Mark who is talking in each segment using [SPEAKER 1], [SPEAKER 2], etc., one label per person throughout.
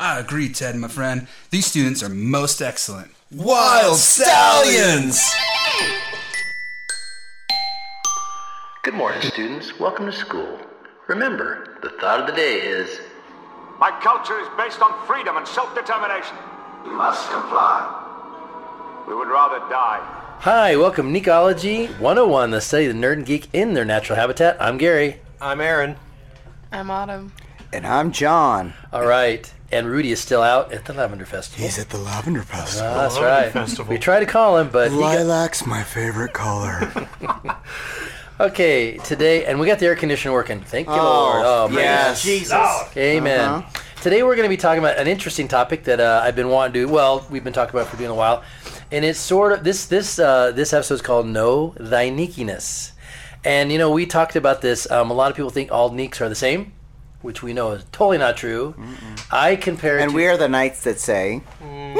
[SPEAKER 1] agree, Ted, my friend. These students are most excellent.
[SPEAKER 2] Wild Stallions!
[SPEAKER 3] Good morning, students. Welcome to school. Remember, the thought of the day is
[SPEAKER 4] My culture is based on freedom and self-determination. You must comply. We would rather die.
[SPEAKER 3] Hi, welcome Necology 101, the study of the nerd and geek in their natural habitat. I'm Gary.
[SPEAKER 2] I'm Aaron.
[SPEAKER 5] I'm Autumn.
[SPEAKER 6] And I'm John.
[SPEAKER 3] All right. And Rudy is still out at the Lavender Festival. Ah,
[SPEAKER 6] He's at the Lavender Festival.
[SPEAKER 3] That's right.
[SPEAKER 2] Festival.
[SPEAKER 3] We tried to call him, but he got-
[SPEAKER 6] Lilac's my favorite color.
[SPEAKER 3] okay today, and we got the air conditioner working. Thank you, Lord. Oh, praise
[SPEAKER 6] yes.
[SPEAKER 3] Amen.
[SPEAKER 6] Uh-huh.
[SPEAKER 3] Today we're going to be talking about an interesting topic that uh, I've been wanting to. Well, we've been talking about it for doing a while, and it's sort of this this uh, this episode is called "Know Thy Neekiness," and you know we talked about this. Um, a lot of people think all neeks are the same, which we know is totally not true. I compare
[SPEAKER 6] And
[SPEAKER 3] to,
[SPEAKER 6] we are the knights that say.
[SPEAKER 3] Mm.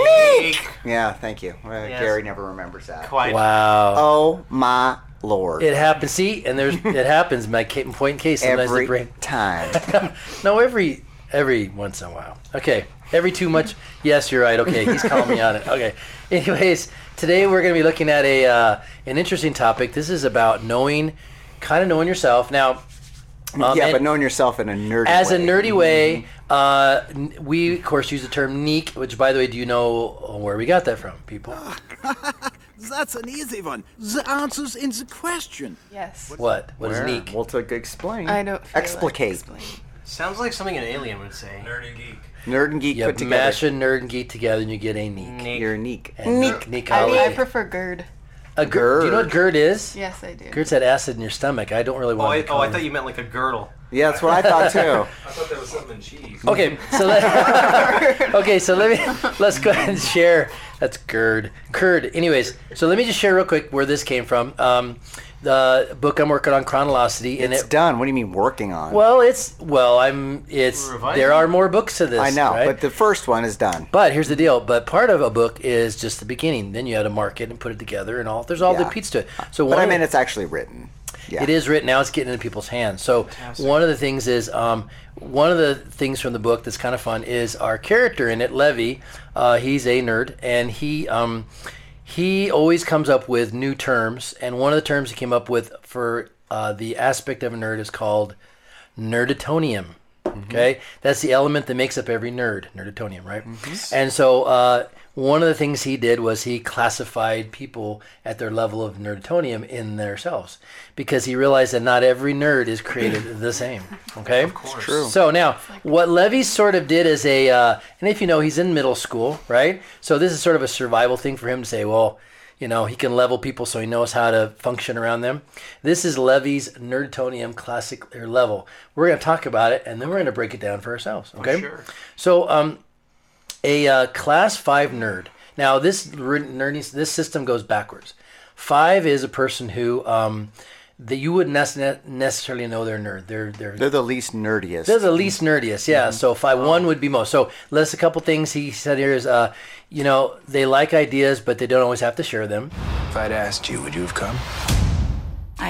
[SPEAKER 6] Yeah, thank you. Uh, Gary never remembers that.
[SPEAKER 2] Quite.
[SPEAKER 3] wow.
[SPEAKER 6] Oh my lord.
[SPEAKER 3] It happens. See, and there's it happens. My ca- point in case. Sometimes the
[SPEAKER 6] Every
[SPEAKER 3] brain
[SPEAKER 6] time.
[SPEAKER 3] No, every every once in a while. Okay, every too much. Yes, you're right. Okay, he's calling me on it. Okay. Anyways, today we're going to be looking at a uh, an interesting topic. This is about knowing, kind of knowing yourself. Now, um,
[SPEAKER 6] yeah,
[SPEAKER 3] and
[SPEAKER 6] but knowing yourself in a nerdy
[SPEAKER 3] as
[SPEAKER 6] way. Mm-hmm.
[SPEAKER 3] a nerdy way, uh, n- we of course use the term "neek," which, by the way, do you know where we got that from, people?
[SPEAKER 6] Ah,
[SPEAKER 7] That's an easy one. The answer's in the question.
[SPEAKER 5] Yes.
[SPEAKER 3] What? What is
[SPEAKER 6] Where?
[SPEAKER 3] neek?
[SPEAKER 6] Well, to explain.
[SPEAKER 5] I don't feel
[SPEAKER 6] Explicate.
[SPEAKER 5] Like explain.
[SPEAKER 8] Sounds like something an alien would say. Nerdy geek.
[SPEAKER 6] Nerd and geek
[SPEAKER 3] You
[SPEAKER 6] put together.
[SPEAKER 3] mash a nerd and geek together, and you get a neek.
[SPEAKER 6] You're unique.
[SPEAKER 3] And
[SPEAKER 5] I,
[SPEAKER 3] Neekology.
[SPEAKER 5] mean, I prefer GERD.
[SPEAKER 3] a GERD. Do you know what GERD is?
[SPEAKER 5] Yes, I do.
[SPEAKER 3] GERD's that acid in your stomach. I don't really
[SPEAKER 8] Oh,
[SPEAKER 3] want
[SPEAKER 8] I,
[SPEAKER 3] to.
[SPEAKER 8] oh,
[SPEAKER 3] call
[SPEAKER 8] I
[SPEAKER 3] it-
[SPEAKER 8] thought you meant like a girdle.
[SPEAKER 6] Yeah, that's what I thought too.
[SPEAKER 8] I thought that was something cheese.
[SPEAKER 3] Okay, so let, okay, so let me let's go ahead and share. That's GERD. GERD. Anyways, so let me just share real quick where this came from. Um, the book I'm working on, Chronolosity, and
[SPEAKER 6] It's
[SPEAKER 3] it.
[SPEAKER 6] done. What do you mean working on?
[SPEAKER 3] Well, it's well, I'm. It's
[SPEAKER 8] Revising?
[SPEAKER 3] there are more books to this.
[SPEAKER 6] I know,
[SPEAKER 3] right?
[SPEAKER 6] but the first one is done.
[SPEAKER 3] But here's the deal. But part of a book is just the beginning. Then you had to mark it and put it together, and all there's all the
[SPEAKER 6] Yeah.
[SPEAKER 3] pieces to it. So
[SPEAKER 6] But
[SPEAKER 3] one
[SPEAKER 6] I
[SPEAKER 3] of-
[SPEAKER 6] mean, it's actually written. Yeah.
[SPEAKER 3] It is written now. It's getting into people's hands. So one of the things is um, one of the things from the book that's kind of fun is our character in it, Levy. Uh, he's a nerd, and he um, he always comes up with new terms. And one of the terms he came up with for uh, the aspect of a nerd is called nerditonium. Mm-hmm. Okay, that's the element that makes up every nerd, nerditonium, right? And so uh, one of the things he did was he classified people at their level of nerditonium in themselves because he realized that not every nerd is created the same. Okay, of course. True. So now, what Levy sort of did is a, uh, and if you know, he's in middle school, right? So this is sort of a survival thing for him to say, well. You know, he can level people so he knows how to function around them. This is Levy's Nerdtonium Classic or level. We're going to talk about it and then we're going to break it down for ourselves. Okay.
[SPEAKER 8] sure.
[SPEAKER 3] So, um, a uh, class five nerd. Now, this r- nerdy, this system goes backwards. Five is a person who um, that you wouldn't nec- necessarily know they're nerd. They're they're
[SPEAKER 6] They're the least nerdiest.
[SPEAKER 3] they're the least nerdiest, yeah. So five one would be most. So list a couple things he said here is, uh, you know, they like ideas, but they don't always have to share them.
[SPEAKER 9] I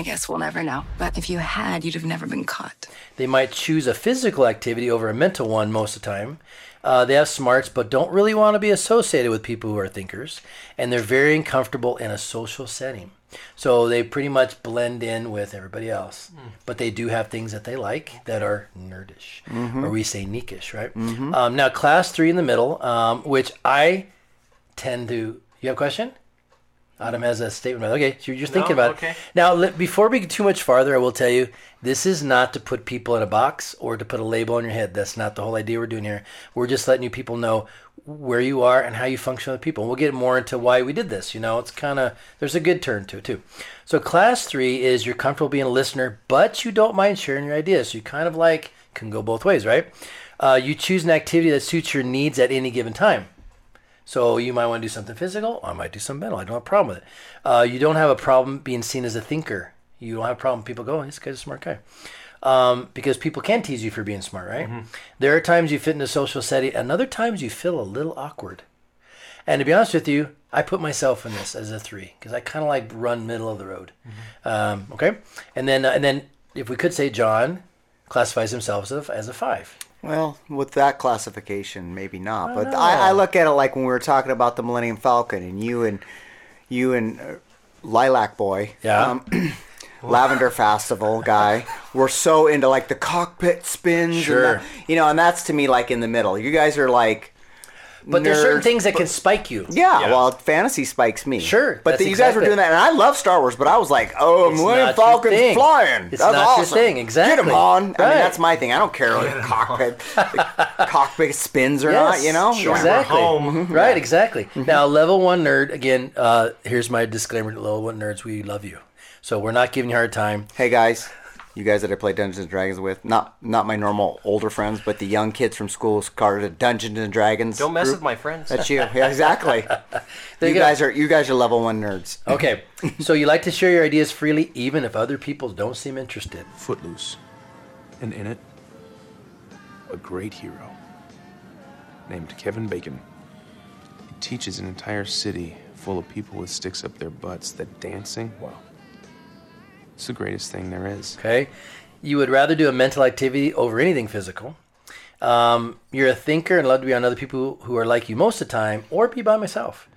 [SPEAKER 9] guess we'll never know. But if you had, you'd have never been caught.
[SPEAKER 3] They might choose a physical activity over a mental one most of the time. Uh, they have smarts, but don't really want to be associated with people who are thinkers, and they're very uncomfortable in a social setting. So they pretty much blend in with everybody else, but they do have things that they like that are nerdish, or we say neekish, right? Um, now, class three in the middle, um, which I tend to. You have a question? Adam has a statement. Okay, so you're just thinking about
[SPEAKER 8] okay.
[SPEAKER 3] it. Now, li- before we get too much farther, I will tell you this is not to put people in a box or to put a label on your head. That's not the whole idea we're doing here. We're just letting you people know where you are and how you function with people. We'll get more into why we did this. You know, it's kind of there's a good turn to it too. So, class three is you're comfortable being a listener, but you don't mind sharing your ideas. So you kind of like can go both ways, right? Uh, you choose an activity that suits your needs at any given time. So you might want to do something physical. I might do some mental. I don't have a problem with it. Uh, you don't have a problem being seen as a thinker. You don't have a problem. People go, oh, this guy's a smart guy. Um, because people can tease you for being smart, right? There are times you fit in a social setting, and other times you feel a little awkward. And to be honest with you, I put myself in this as a three because I kind of like run middle of the road. Um, uh, okay, and then and then if we could say John classifies himself as a, as a five.
[SPEAKER 6] Well, with that classification, maybe not. but I, I look at it like when we were talking about the Millennium Falcon, and you and you and uh, Lilac Boy, Um,
[SPEAKER 3] Yeah.
[SPEAKER 6] Lavender Festival guy, were so into like the cockpit spins, and
[SPEAKER 3] Sure.
[SPEAKER 6] that- you know, and that's to me like in the middle. You guys are like.
[SPEAKER 3] But there's certain
[SPEAKER 6] nerds,
[SPEAKER 3] things that can spike you.
[SPEAKER 6] Yeah, well, fantasy spikes me.
[SPEAKER 3] Sure,
[SPEAKER 6] but
[SPEAKER 3] that's
[SPEAKER 6] the, you guys were
[SPEAKER 3] exactly-
[SPEAKER 6] doing that, and I love Star Wars, but I was like, "Oh, Millennium
[SPEAKER 3] not your
[SPEAKER 6] Falcon's
[SPEAKER 3] thing.
[SPEAKER 6] flying!
[SPEAKER 3] It's
[SPEAKER 6] that's
[SPEAKER 3] not your
[SPEAKER 6] awesome.
[SPEAKER 3] thing,
[SPEAKER 6] Get him
[SPEAKER 3] exactly.
[SPEAKER 6] on! I
[SPEAKER 3] Right.
[SPEAKER 6] mean, that's my thing. I don't care if the cockpit, the cockpit spins or not.
[SPEAKER 3] Yes,
[SPEAKER 6] You know,
[SPEAKER 3] sure.
[SPEAKER 6] Yeah.
[SPEAKER 3] exactly. Mhm.
[SPEAKER 8] home.
[SPEAKER 3] Right, exactly.
[SPEAKER 6] Mm-hmm.
[SPEAKER 3] Now, level one nerd. Again, uh, here's my disclaimer: to level one nerds, we love you. So we're not giving you a hard time.
[SPEAKER 6] Hey guys, you guys that I play Dungeons and Dragons with, not not my normal older friends, but the young kids from school started a Dungeons and Dragons.
[SPEAKER 8] Don't mess
[SPEAKER 6] group.
[SPEAKER 8] with my friends.
[SPEAKER 6] That's you, yeah, exactly. you
[SPEAKER 3] go.
[SPEAKER 6] guys are you guys are level one nerds.
[SPEAKER 3] Okay, so you like to share your ideas freely, even if other people don't seem interested.
[SPEAKER 10] Footloose. And in it, a great hero named Kevin Bacon. He teaches an entire city full of people with sticks up their butts that dancing, wow, it's the greatest thing there is.
[SPEAKER 3] Okay, you would rather do a mental activity over anything physical. Um, you're a thinker and love to be around other people who are like you most of the time, or be by myself.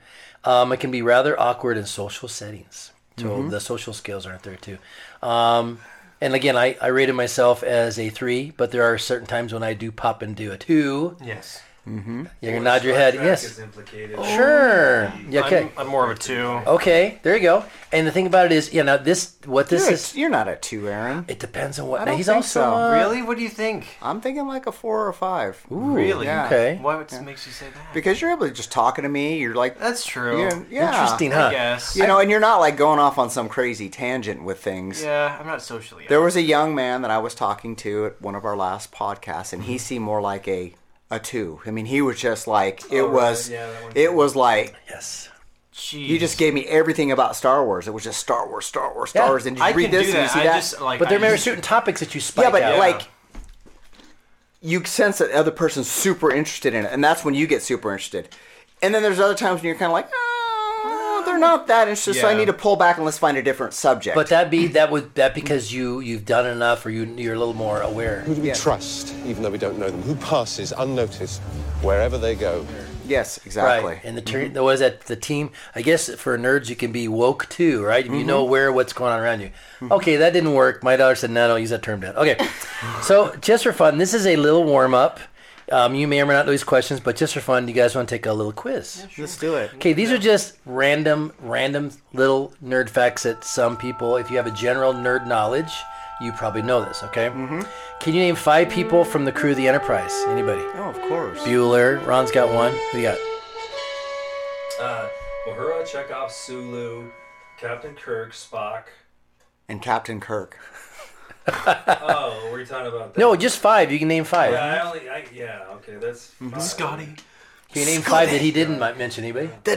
[SPEAKER 3] Um, I can be rather awkward in social settings. So
[SPEAKER 6] Mm-hmm.
[SPEAKER 3] the social skills aren't there too. Um, and again, I, I rated myself as a three, but there are certain times when I do pop and do a two.
[SPEAKER 8] Yes.
[SPEAKER 3] You can nod your head.
[SPEAKER 8] Track is
[SPEAKER 3] Yes. Oh.
[SPEAKER 8] implicated.
[SPEAKER 3] Sure. Yeah, okay. Uh,
[SPEAKER 8] I'm, I'm more of a two.
[SPEAKER 3] Okay. There you go. And the thing about it is, you know, this what this
[SPEAKER 6] You're,
[SPEAKER 3] is.
[SPEAKER 6] you're not a two, Aaron.
[SPEAKER 3] It depends on what.
[SPEAKER 6] I
[SPEAKER 3] now,
[SPEAKER 6] don't
[SPEAKER 3] he's
[SPEAKER 6] think
[SPEAKER 3] also
[SPEAKER 6] so.
[SPEAKER 3] uh,
[SPEAKER 8] Really? What do you think?
[SPEAKER 6] I'm thinking like a four or a five.
[SPEAKER 8] really?
[SPEAKER 6] yeah.
[SPEAKER 3] okay.
[SPEAKER 8] Why would makes you say that?
[SPEAKER 6] Because you're able to just talking to me. You're like,
[SPEAKER 8] That's true.
[SPEAKER 6] you're, yeah.
[SPEAKER 3] Interesting, huh?
[SPEAKER 8] I guess.
[SPEAKER 6] You know, and you're not like going off on some crazy tangent with things.
[SPEAKER 8] Yeah, I'm not socially.
[SPEAKER 6] There was a young man that I was talking to at one of our last podcasts, and he
[SPEAKER 8] Mm-hmm.
[SPEAKER 6] seemed more like a a two. I mean, he was just like it was.
[SPEAKER 8] Oh, yeah, that one
[SPEAKER 6] it was like
[SPEAKER 3] Yes.
[SPEAKER 8] Jeez.
[SPEAKER 6] you just gave me everything about Star Wars. It was just Star Wars, Star Wars, Star
[SPEAKER 3] Yeah,
[SPEAKER 6] Wars, and you
[SPEAKER 8] I
[SPEAKER 6] read
[SPEAKER 8] can
[SPEAKER 6] this
[SPEAKER 8] do
[SPEAKER 6] and you
[SPEAKER 8] that.
[SPEAKER 6] see
[SPEAKER 8] I
[SPEAKER 6] that.
[SPEAKER 8] just like.
[SPEAKER 3] But there
[SPEAKER 8] I
[SPEAKER 3] may be
[SPEAKER 8] just-
[SPEAKER 3] certain topics that you spike.
[SPEAKER 6] yeah, but
[SPEAKER 3] out.
[SPEAKER 6] like. You sense that other person's super interested in it, and that's when you get super interested. And then there's other times when you're kind of like, oh, they're not that interested, so I
[SPEAKER 8] Yeah.
[SPEAKER 6] need to pull back and let's find a different subject.
[SPEAKER 3] But that be that would that because you you've done enough or you you're a little more aware.
[SPEAKER 2] Who do we trust, even though we don't know them? Who passes unnoticed wherever they go?
[SPEAKER 6] yes, exactly. Mm-hmm.
[SPEAKER 3] Right. And the ter- the was that the team. I guess for nerds you can be woke too, right? If you know
[SPEAKER 6] Mm-hmm.
[SPEAKER 3] where what's going on around you. Okay, that didn't work. My daughter said, "No, don't use that term, Dad." Okay. so just for fun, this is a little warm up. Um, you may or may not know these questions, but just for fun, you guys want to take a little quiz?
[SPEAKER 6] Let's do it.
[SPEAKER 3] Okay, these are just random, random little nerd facts that some people, if you have a general nerd knowledge, you probably know this, okay? Mm-hmm. Can you name five people from the crew of the Enterprise? Anybody?
[SPEAKER 6] Oh, of course.
[SPEAKER 3] Bueller, Ron's got one. Who you got?
[SPEAKER 11] Uh, Uhura, Chekhov, Sulu, Captain Kirk, Spock.
[SPEAKER 6] and Captain Kirk.
[SPEAKER 11] Oh, were you talking about that?
[SPEAKER 3] No, just five. You can name five.
[SPEAKER 11] Yeah, I only, I, yeah, okay, that's fine.
[SPEAKER 8] Scotty.
[SPEAKER 3] Can you name five that he didn't mi- mention? Anybody?
[SPEAKER 6] The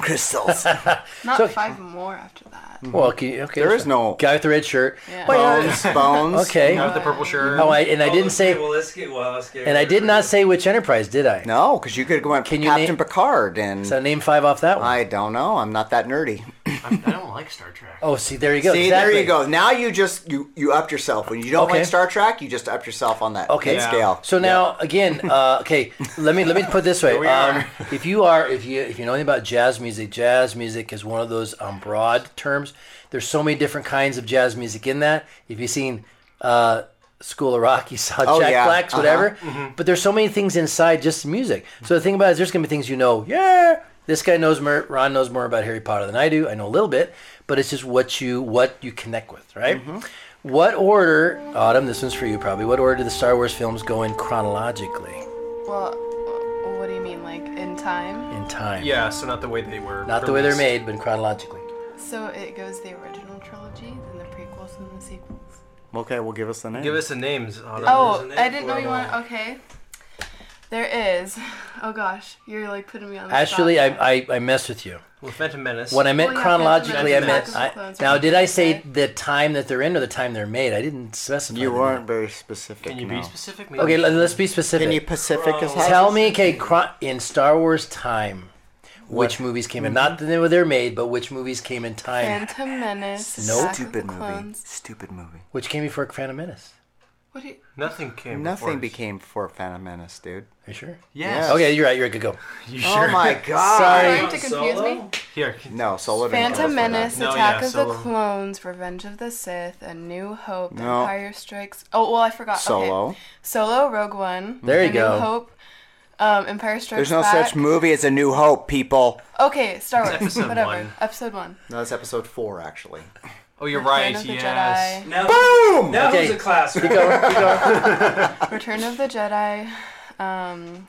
[SPEAKER 6] crystals.
[SPEAKER 5] Not
[SPEAKER 3] So-
[SPEAKER 5] five more after that.
[SPEAKER 3] Well, can you, okay.
[SPEAKER 6] Mm-hmm. There
[SPEAKER 3] that's
[SPEAKER 6] is
[SPEAKER 3] fine.
[SPEAKER 6] no-
[SPEAKER 3] guy with the red shirt.
[SPEAKER 5] Yeah.
[SPEAKER 3] Well, yeah.
[SPEAKER 6] bones, bones.
[SPEAKER 3] Okay.
[SPEAKER 8] With the purple shirt.
[SPEAKER 3] Oh, I, and I
[SPEAKER 11] Oh,
[SPEAKER 3] didn't
[SPEAKER 11] okay,
[SPEAKER 3] say,
[SPEAKER 11] Well, let's get, well, let's get
[SPEAKER 3] and I did not say which Enterprise, did I?
[SPEAKER 6] No, because you could go on
[SPEAKER 3] Can you
[SPEAKER 6] Captain
[SPEAKER 3] name-
[SPEAKER 6] Picard and
[SPEAKER 3] So name five off that one.
[SPEAKER 6] I don't know. I'm not that nerdy.
[SPEAKER 8] I I don't like Star Trek.
[SPEAKER 3] oh, see, there you go.
[SPEAKER 6] See,
[SPEAKER 3] exactly.
[SPEAKER 6] there you go. Now you just you you upped yourself. When you don't
[SPEAKER 3] Okay.
[SPEAKER 6] like Star Trek, you just upped yourself on that
[SPEAKER 3] Okay.
[SPEAKER 6] that scale.
[SPEAKER 3] So now again, uh, okay, let me let me put it this way. Um, if you are if you if you know anything about jazz music, jazz music is one of those um, broad terms. There's so many different kinds of jazz music in that. If you've seen uh, School of Rock, you saw
[SPEAKER 6] Oh,
[SPEAKER 3] Jack
[SPEAKER 6] yeah.
[SPEAKER 3] Black's,
[SPEAKER 6] Uh-huh.
[SPEAKER 3] whatever. But there's so many things inside just music. So the thing about it is there's gonna be things you know. Yeah, this guy knows more. Ron knows more about Harry Potter than I do. I know a little bit, but it's just what you what you connect with, right?
[SPEAKER 6] Mm-hmm.
[SPEAKER 3] What order, Autumn? This one's for you, probably. What order do the Star Wars films go in chronologically
[SPEAKER 5] Well, uh, what do you mean, like in time?
[SPEAKER 3] in time?
[SPEAKER 8] Yeah, so not the way they were.
[SPEAKER 3] not the way they're
[SPEAKER 8] released.
[SPEAKER 3] made, but chronologically.
[SPEAKER 5] So it goes the original trilogy, then the prequels, and the sequels.
[SPEAKER 6] Okay, well give us the name.
[SPEAKER 8] Give us the names. Autumn.
[SPEAKER 5] Oh,
[SPEAKER 11] There's a
[SPEAKER 5] I
[SPEAKER 11] name
[SPEAKER 5] didn't
[SPEAKER 11] for
[SPEAKER 5] know
[SPEAKER 11] it
[SPEAKER 5] you
[SPEAKER 11] all.
[SPEAKER 5] wanted. Okay. There is. Oh gosh, you're like putting me on the
[SPEAKER 3] Actually,
[SPEAKER 5] spot.
[SPEAKER 3] I, I I messed with you.
[SPEAKER 8] Well, Phantom Menace.
[SPEAKER 3] When I meant
[SPEAKER 5] Well, yeah,
[SPEAKER 3] chronologically, I
[SPEAKER 5] Phantom
[SPEAKER 3] meant
[SPEAKER 5] Menace,
[SPEAKER 3] I,
[SPEAKER 5] Clones,
[SPEAKER 3] now.
[SPEAKER 5] right.
[SPEAKER 3] Did I say
[SPEAKER 5] Okay.
[SPEAKER 3] the time that they're in or the time they're made? I didn't specify.
[SPEAKER 6] you
[SPEAKER 3] that.
[SPEAKER 6] weren't very specific.
[SPEAKER 8] Can you
[SPEAKER 6] no.
[SPEAKER 8] be specific? Maybe
[SPEAKER 3] Okay,
[SPEAKER 8] we
[SPEAKER 3] let,
[SPEAKER 8] should-
[SPEAKER 3] let's be specific.
[SPEAKER 6] Can you Pacific as hell?
[SPEAKER 3] Tell me, okay, chron- in Star Wars time, which movies came in? Not that they were they're made, but which movies came in time?
[SPEAKER 5] Phantom Menace.
[SPEAKER 3] No.
[SPEAKER 5] Attack of the
[SPEAKER 6] Stupid movie.
[SPEAKER 5] Clones.
[SPEAKER 6] Stupid movie.
[SPEAKER 3] Which came before Phantom Menace?
[SPEAKER 5] What do you?
[SPEAKER 8] Nothing came.
[SPEAKER 6] Nothing
[SPEAKER 8] before.
[SPEAKER 6] became before Phantom Menace, dude.
[SPEAKER 3] Are you sure?
[SPEAKER 8] Yes.
[SPEAKER 3] Okay, you're right. You're good. Go.
[SPEAKER 8] You
[SPEAKER 6] Oh
[SPEAKER 8] sure?
[SPEAKER 6] my god.
[SPEAKER 5] Sorry to confuse me.
[SPEAKER 8] Here.
[SPEAKER 6] No, Solo didn't
[SPEAKER 12] Oh,
[SPEAKER 6] tell us
[SPEAKER 5] Phantom
[SPEAKER 6] about that.
[SPEAKER 5] Menace,
[SPEAKER 8] No,
[SPEAKER 5] Attack
[SPEAKER 8] yeah,
[SPEAKER 5] of
[SPEAKER 8] Solo.
[SPEAKER 5] the Clones, Revenge of the Sith, A New Hope,
[SPEAKER 6] No.
[SPEAKER 5] Empire Strikes. Oh well, I forgot.
[SPEAKER 6] Solo.
[SPEAKER 5] Okay. Solo, Rogue One.
[SPEAKER 6] There you
[SPEAKER 5] A
[SPEAKER 6] go.
[SPEAKER 5] New Hope, um, Empire Strikes
[SPEAKER 6] There's no
[SPEAKER 5] Back.
[SPEAKER 6] such movie as A New Hope, people.
[SPEAKER 5] Okay, Star Wars.
[SPEAKER 6] Episode
[SPEAKER 5] Whatever.
[SPEAKER 6] one.
[SPEAKER 5] Episode one.
[SPEAKER 6] No, that's episode four, actually.
[SPEAKER 8] Oh, you're
[SPEAKER 5] Return
[SPEAKER 8] right.
[SPEAKER 5] of the
[SPEAKER 8] Yes.
[SPEAKER 5] Jedi.
[SPEAKER 6] Boom!
[SPEAKER 11] Now who's a class? Keep going, keep
[SPEAKER 5] Return of the Jedi, um,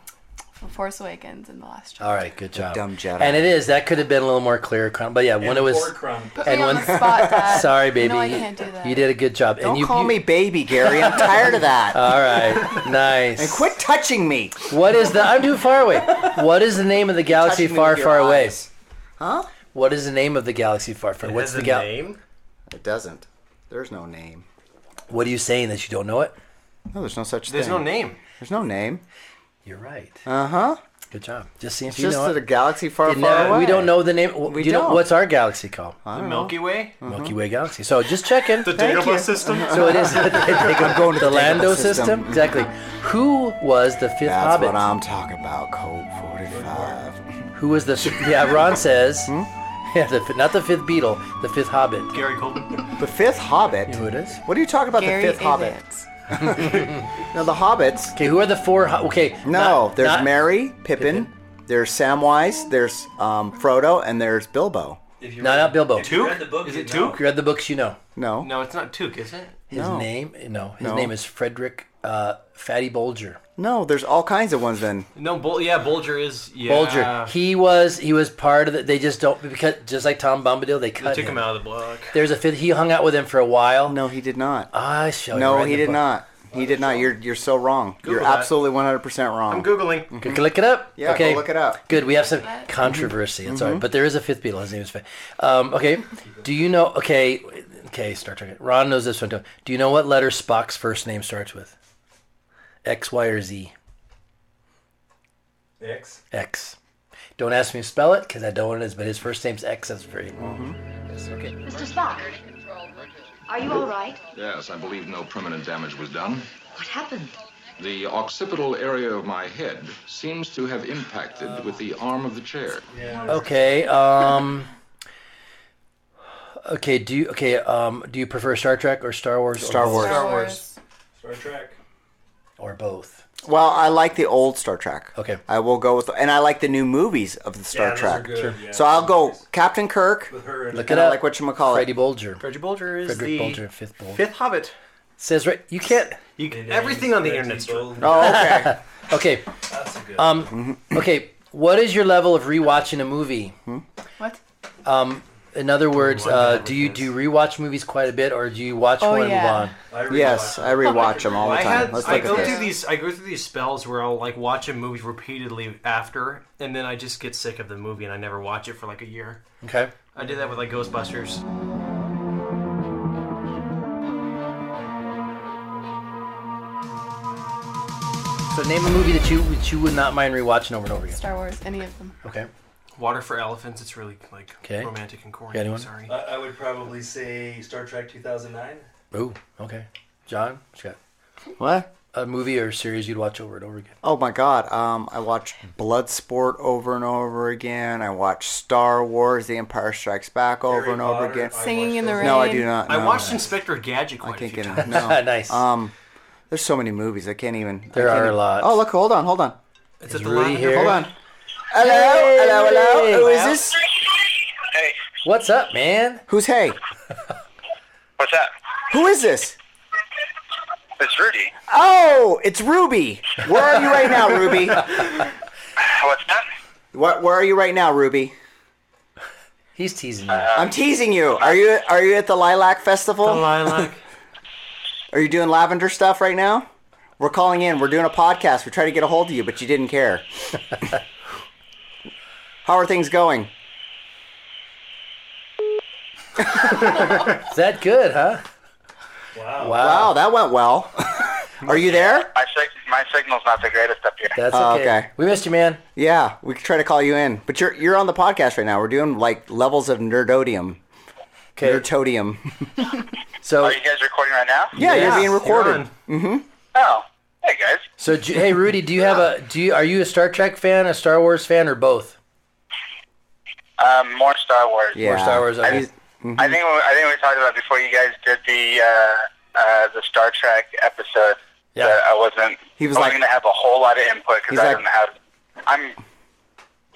[SPEAKER 5] Force Awakens, and the Last.
[SPEAKER 3] All right, good job.
[SPEAKER 6] dumb Jedi.
[SPEAKER 3] And it is that could have been a little more clear, Crum- but yeah, when it was.
[SPEAKER 11] poor Crum.
[SPEAKER 5] Put me on the spot, Dad.
[SPEAKER 3] sorry,
[SPEAKER 5] You
[SPEAKER 3] baby.
[SPEAKER 5] know I can't do that.
[SPEAKER 3] You did a good job.
[SPEAKER 6] Don't
[SPEAKER 3] and you, Uh,
[SPEAKER 6] call
[SPEAKER 3] you-
[SPEAKER 6] me baby, Gary. I'm tired of that.
[SPEAKER 3] All right, nice.
[SPEAKER 6] and quit touching me.
[SPEAKER 3] What is the? I'm too far away. What is the name of the galaxy
[SPEAKER 6] touching me
[SPEAKER 3] far,
[SPEAKER 6] with your
[SPEAKER 3] far away?
[SPEAKER 6] eyes. Huh?
[SPEAKER 3] What is the name of the galaxy far, far?
[SPEAKER 8] It
[SPEAKER 3] What's
[SPEAKER 8] has
[SPEAKER 3] the
[SPEAKER 8] a
[SPEAKER 3] gal?
[SPEAKER 8] name?
[SPEAKER 6] It doesn't. There's no name.
[SPEAKER 3] What are you saying that you don't know it?
[SPEAKER 6] No, there's no such
[SPEAKER 8] There's
[SPEAKER 6] thing.
[SPEAKER 8] no name.
[SPEAKER 6] There's no name.
[SPEAKER 3] You're right.
[SPEAKER 6] Uh huh.
[SPEAKER 3] Good job. Just seeing if
[SPEAKER 6] It's
[SPEAKER 3] you
[SPEAKER 6] just
[SPEAKER 3] know.
[SPEAKER 6] that a
[SPEAKER 3] it.
[SPEAKER 6] galaxy far,
[SPEAKER 3] You
[SPEAKER 6] far
[SPEAKER 3] know-
[SPEAKER 6] away.
[SPEAKER 3] we don't know the name. We you
[SPEAKER 6] don't.
[SPEAKER 3] Know, what's our galaxy called?
[SPEAKER 6] I
[SPEAKER 8] The
[SPEAKER 6] don't
[SPEAKER 8] Milky Way.
[SPEAKER 3] Milky Way galaxy. So just checking.
[SPEAKER 8] The Dagobah system.
[SPEAKER 3] so it is. I'm going to the,
[SPEAKER 6] the
[SPEAKER 3] Lando
[SPEAKER 6] Dagobah
[SPEAKER 3] system.
[SPEAKER 6] system.
[SPEAKER 3] Exactly. Who was the fifth
[SPEAKER 6] That's
[SPEAKER 3] Hobbit?
[SPEAKER 6] what I'm talking about, Code 45.
[SPEAKER 3] Who was the? Yeah,
[SPEAKER 6] Hmm?
[SPEAKER 3] Ron says. Yeah, the, not the fifth Beetle, the fifth Hobbit.
[SPEAKER 8] Gary Goldman.
[SPEAKER 6] The fifth Hobbit?
[SPEAKER 3] You know who it is?
[SPEAKER 6] What are you talking about,
[SPEAKER 5] Gary
[SPEAKER 6] the fifth Hobbit?
[SPEAKER 5] Evans.
[SPEAKER 6] No, the Hobbits.
[SPEAKER 3] Okay, who are the four? Ho- okay,
[SPEAKER 6] No,
[SPEAKER 3] not-
[SPEAKER 6] there's
[SPEAKER 3] not-
[SPEAKER 6] Mary, Pippin, there's Samwise, there's um, Frodo, and there's Bilbo.
[SPEAKER 11] If you
[SPEAKER 3] No,
[SPEAKER 11] read-
[SPEAKER 3] not Bilbo.
[SPEAKER 11] if you read the book,
[SPEAKER 8] Is
[SPEAKER 11] you
[SPEAKER 8] it
[SPEAKER 11] know.
[SPEAKER 3] If you read the books, you know.
[SPEAKER 6] No. No.
[SPEAKER 8] No, it's not Took, is it?
[SPEAKER 3] His
[SPEAKER 6] No.
[SPEAKER 3] name, no, his
[SPEAKER 6] No.
[SPEAKER 3] name is Frederick uh, Fatty Bolger.
[SPEAKER 6] there's all kinds of ones then.
[SPEAKER 8] No, Bol- yeah, Bolger is. Yeah.
[SPEAKER 3] Bolger. He was he was part of the. They just don't because just like Tom Bombadil,
[SPEAKER 8] They
[SPEAKER 3] they cut
[SPEAKER 8] took him out of the block.
[SPEAKER 3] There's a fifth. He hung out with him for a while.
[SPEAKER 6] No, he did not.
[SPEAKER 3] I show
[SPEAKER 6] no, he did not. He did not. You're you're so wrong. you're
[SPEAKER 8] Google that.
[SPEAKER 6] absolutely 100% wrong.
[SPEAKER 8] I'm googling.
[SPEAKER 3] Good, look it up.
[SPEAKER 6] Yeah,
[SPEAKER 3] okay.
[SPEAKER 6] go look it up. Mm-hmm.
[SPEAKER 3] Good. We have some controversy. It's all right, but there is a fifth Beatle. His name is. Fa- Um, okay. Do you know? Okay. Okay. Star Trek. Ron knows this one too. Do you know what letter Spock's first name starts with? X, Y, or Z?
[SPEAKER 11] X.
[SPEAKER 3] X. Don't ask me to spell it because I don't want it. But his first name's X. That's very.
[SPEAKER 13] Mr. Spock, are you all right?
[SPEAKER 14] Yes, I believe no permanent damage was done.
[SPEAKER 13] What happened?
[SPEAKER 14] The occipital area of my head seems to have impacted with the arm of the chair.
[SPEAKER 3] Okay. Um. Okay. Do you okay? Um. Do you prefer Star Trek or Star Wars? or
[SPEAKER 6] Star
[SPEAKER 3] both?
[SPEAKER 6] Wars.
[SPEAKER 5] Star Wars.
[SPEAKER 11] Star Trek.
[SPEAKER 3] Or both.
[SPEAKER 6] Well, I like the old Star Trek.
[SPEAKER 3] Okay.
[SPEAKER 6] I will go with and I like the new movies of the Star
[SPEAKER 11] Yeah, those are
[SPEAKER 6] Trek.
[SPEAKER 11] good, Sure.
[SPEAKER 8] Mm-hmm.
[SPEAKER 11] yeah.
[SPEAKER 6] So I'll go Captain Kirk.
[SPEAKER 11] With her and
[SPEAKER 3] Look
[SPEAKER 6] And
[SPEAKER 3] it
[SPEAKER 6] I
[SPEAKER 3] up.
[SPEAKER 6] like what you call
[SPEAKER 3] Freddy
[SPEAKER 6] it.
[SPEAKER 3] Bolger.
[SPEAKER 8] Frederick Bolger is
[SPEAKER 3] Frederick
[SPEAKER 8] the
[SPEAKER 3] Bolger, fifth Bolger.
[SPEAKER 8] fifth Hobbit.
[SPEAKER 3] Says right. You can't.
[SPEAKER 8] You, everything on the internet's true.
[SPEAKER 11] Bold.
[SPEAKER 6] Oh, okay.
[SPEAKER 3] Okay.
[SPEAKER 11] That's a good. Mm-hmm.
[SPEAKER 3] Um. Okay. What is your level of rewatching a movie?
[SPEAKER 5] What?
[SPEAKER 3] Um. In other words,
[SPEAKER 8] One
[SPEAKER 3] uh,
[SPEAKER 8] time
[SPEAKER 3] do you
[SPEAKER 8] with
[SPEAKER 3] do you rewatch movies quite a bit, or do you watch
[SPEAKER 5] Oh,
[SPEAKER 3] one and move
[SPEAKER 5] yeah.
[SPEAKER 3] on?
[SPEAKER 11] I really
[SPEAKER 6] yes,
[SPEAKER 11] like
[SPEAKER 6] I rewatch them all the
[SPEAKER 8] I
[SPEAKER 6] time.
[SPEAKER 8] had
[SPEAKER 6] Let's
[SPEAKER 8] I
[SPEAKER 6] look
[SPEAKER 8] go
[SPEAKER 6] at
[SPEAKER 8] through these
[SPEAKER 6] this.
[SPEAKER 8] I go through these spells where I'll like watch a movie repeatedly after, and then I just get sick of the movie and I never watch it for like a year.
[SPEAKER 3] Okay.
[SPEAKER 8] I did that with like Ghostbusters.
[SPEAKER 3] So name a movie that you that you would not mind rewatching over and over again.
[SPEAKER 5] Star Wars. Any of them.
[SPEAKER 3] Okay.
[SPEAKER 8] Water for Elephants. It's really like
[SPEAKER 3] Okay.
[SPEAKER 8] romantic and corny.
[SPEAKER 3] Got anyone?
[SPEAKER 8] Sorry.
[SPEAKER 11] I, I would probably say Star Trek 2009.
[SPEAKER 3] Ooh. Okay. John, what you got?
[SPEAKER 6] What?
[SPEAKER 3] a movie or series you'd watch over and over again.
[SPEAKER 6] Oh my god. Um, I watch Bloodsport over and over again. I watch Star Wars: The Empire Strikes Back over
[SPEAKER 11] Harry
[SPEAKER 6] and over
[SPEAKER 11] Potter,
[SPEAKER 6] again.
[SPEAKER 11] I
[SPEAKER 5] Singing
[SPEAKER 11] watched
[SPEAKER 5] in the
[SPEAKER 11] those.
[SPEAKER 5] Rain.
[SPEAKER 6] No, I do not.
[SPEAKER 8] I
[SPEAKER 6] no.
[SPEAKER 8] watched Inspector Gadget quite
[SPEAKER 6] I can't
[SPEAKER 8] a few
[SPEAKER 6] get
[SPEAKER 8] times.
[SPEAKER 6] enough. No.
[SPEAKER 3] Nice.
[SPEAKER 6] Um, there's so many movies. I can't even.
[SPEAKER 3] There
[SPEAKER 6] I can't
[SPEAKER 3] are a
[SPEAKER 6] even-
[SPEAKER 3] lot.
[SPEAKER 6] Oh look, hold on, hold on,
[SPEAKER 8] It's at
[SPEAKER 3] Is
[SPEAKER 8] the
[SPEAKER 3] Rudy
[SPEAKER 8] Lavender
[SPEAKER 3] here?
[SPEAKER 6] hold
[SPEAKER 8] Room.
[SPEAKER 6] on. Hello, hello, hello. Who is this?
[SPEAKER 3] What's up, man?
[SPEAKER 6] Who's hey?
[SPEAKER 15] What's that?
[SPEAKER 6] Who is this?
[SPEAKER 15] It's Rudy.
[SPEAKER 6] Oh, it's Ruby. Where are you right now, Ruby?
[SPEAKER 15] What's that?
[SPEAKER 6] What? Where are you right now, Ruby?
[SPEAKER 3] He's teasing you.
[SPEAKER 6] I'm teasing you. Are you are you at the Lilac Festival?
[SPEAKER 8] The lilac.
[SPEAKER 6] Are you doing lavender stuff right now? We're calling in. We're doing a podcast. We tried to get a hold of you, but you didn't care. How are things going?
[SPEAKER 3] Is that good, huh?
[SPEAKER 11] Wow.
[SPEAKER 6] Wow,
[SPEAKER 3] Wow.
[SPEAKER 6] that went well. are you there?
[SPEAKER 15] My sig- my signal's not the greatest up here.
[SPEAKER 3] That's
[SPEAKER 6] Oh,
[SPEAKER 3] okay.
[SPEAKER 6] okay.
[SPEAKER 3] We missed you, man.
[SPEAKER 6] Yeah, we could try to call you in, but you're you're on the podcast right now. We're doing like levels of nerdodium. Your toadium.
[SPEAKER 3] so Ah,
[SPEAKER 15] Are you guys recording right now?
[SPEAKER 6] yeah, you're being recorded. mm-hmm.
[SPEAKER 15] Oh, hey guys.
[SPEAKER 3] So, do, hey Rudy, do you have a do you are you a Star Trek fan, a Star Wars fan, or both?
[SPEAKER 15] Um, more Star Wars.
[SPEAKER 3] Yeah. More Star Wars,
[SPEAKER 15] I,
[SPEAKER 3] okay.
[SPEAKER 6] mm-hmm.
[SPEAKER 15] I think we- I think we talked about before you guys did the uh, uh, the Star Trek episode.
[SPEAKER 6] Yeah.
[SPEAKER 15] that I wasn't.
[SPEAKER 6] He was
[SPEAKER 15] I wasn't
[SPEAKER 6] like-
[SPEAKER 15] going to have a whole lot of input
[SPEAKER 6] He's
[SPEAKER 15] because I
[SPEAKER 6] like-
[SPEAKER 15] didn't have. I'm.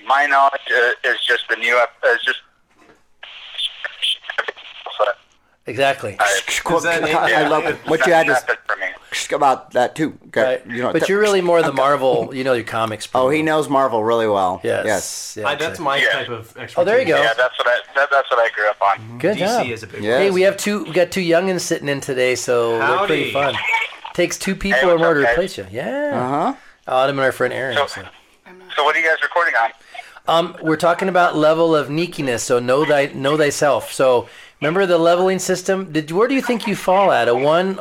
[SPEAKER 15] My knowledge uh, is just the new. Ep- is just.
[SPEAKER 3] Exactly.
[SPEAKER 6] I love it. what you had is about that too. Okay. You know,
[SPEAKER 3] But you're really more the Marvel. You know your comics.
[SPEAKER 6] Oh, he knows Marvel really well.
[SPEAKER 3] Yes.
[SPEAKER 6] Yes.
[SPEAKER 3] Yeah, I- that's
[SPEAKER 8] That's my type of expertise.
[SPEAKER 3] Oh, there you go.
[SPEAKER 15] Yeah, that's what I. That, that's what I grew up on.
[SPEAKER 6] Mm-hmm.
[SPEAKER 3] Good
[SPEAKER 8] DC
[SPEAKER 3] job.
[SPEAKER 8] is a big
[SPEAKER 3] Hey,
[SPEAKER 8] one.
[SPEAKER 3] we have two. We got two youngins sitting in today, so they're pretty
[SPEAKER 15] Howdy.
[SPEAKER 3] fun. Takes two people or more to replace you.
[SPEAKER 15] Uh-huh.
[SPEAKER 3] Yeah. Uh huh. Autumn and our friend Aaron. so.
[SPEAKER 15] So what are you guys recording on?
[SPEAKER 3] Um, we're talking about level of neekiness, so know thy know thyself. So remember the leveling system. Did where do you think you fall at a one,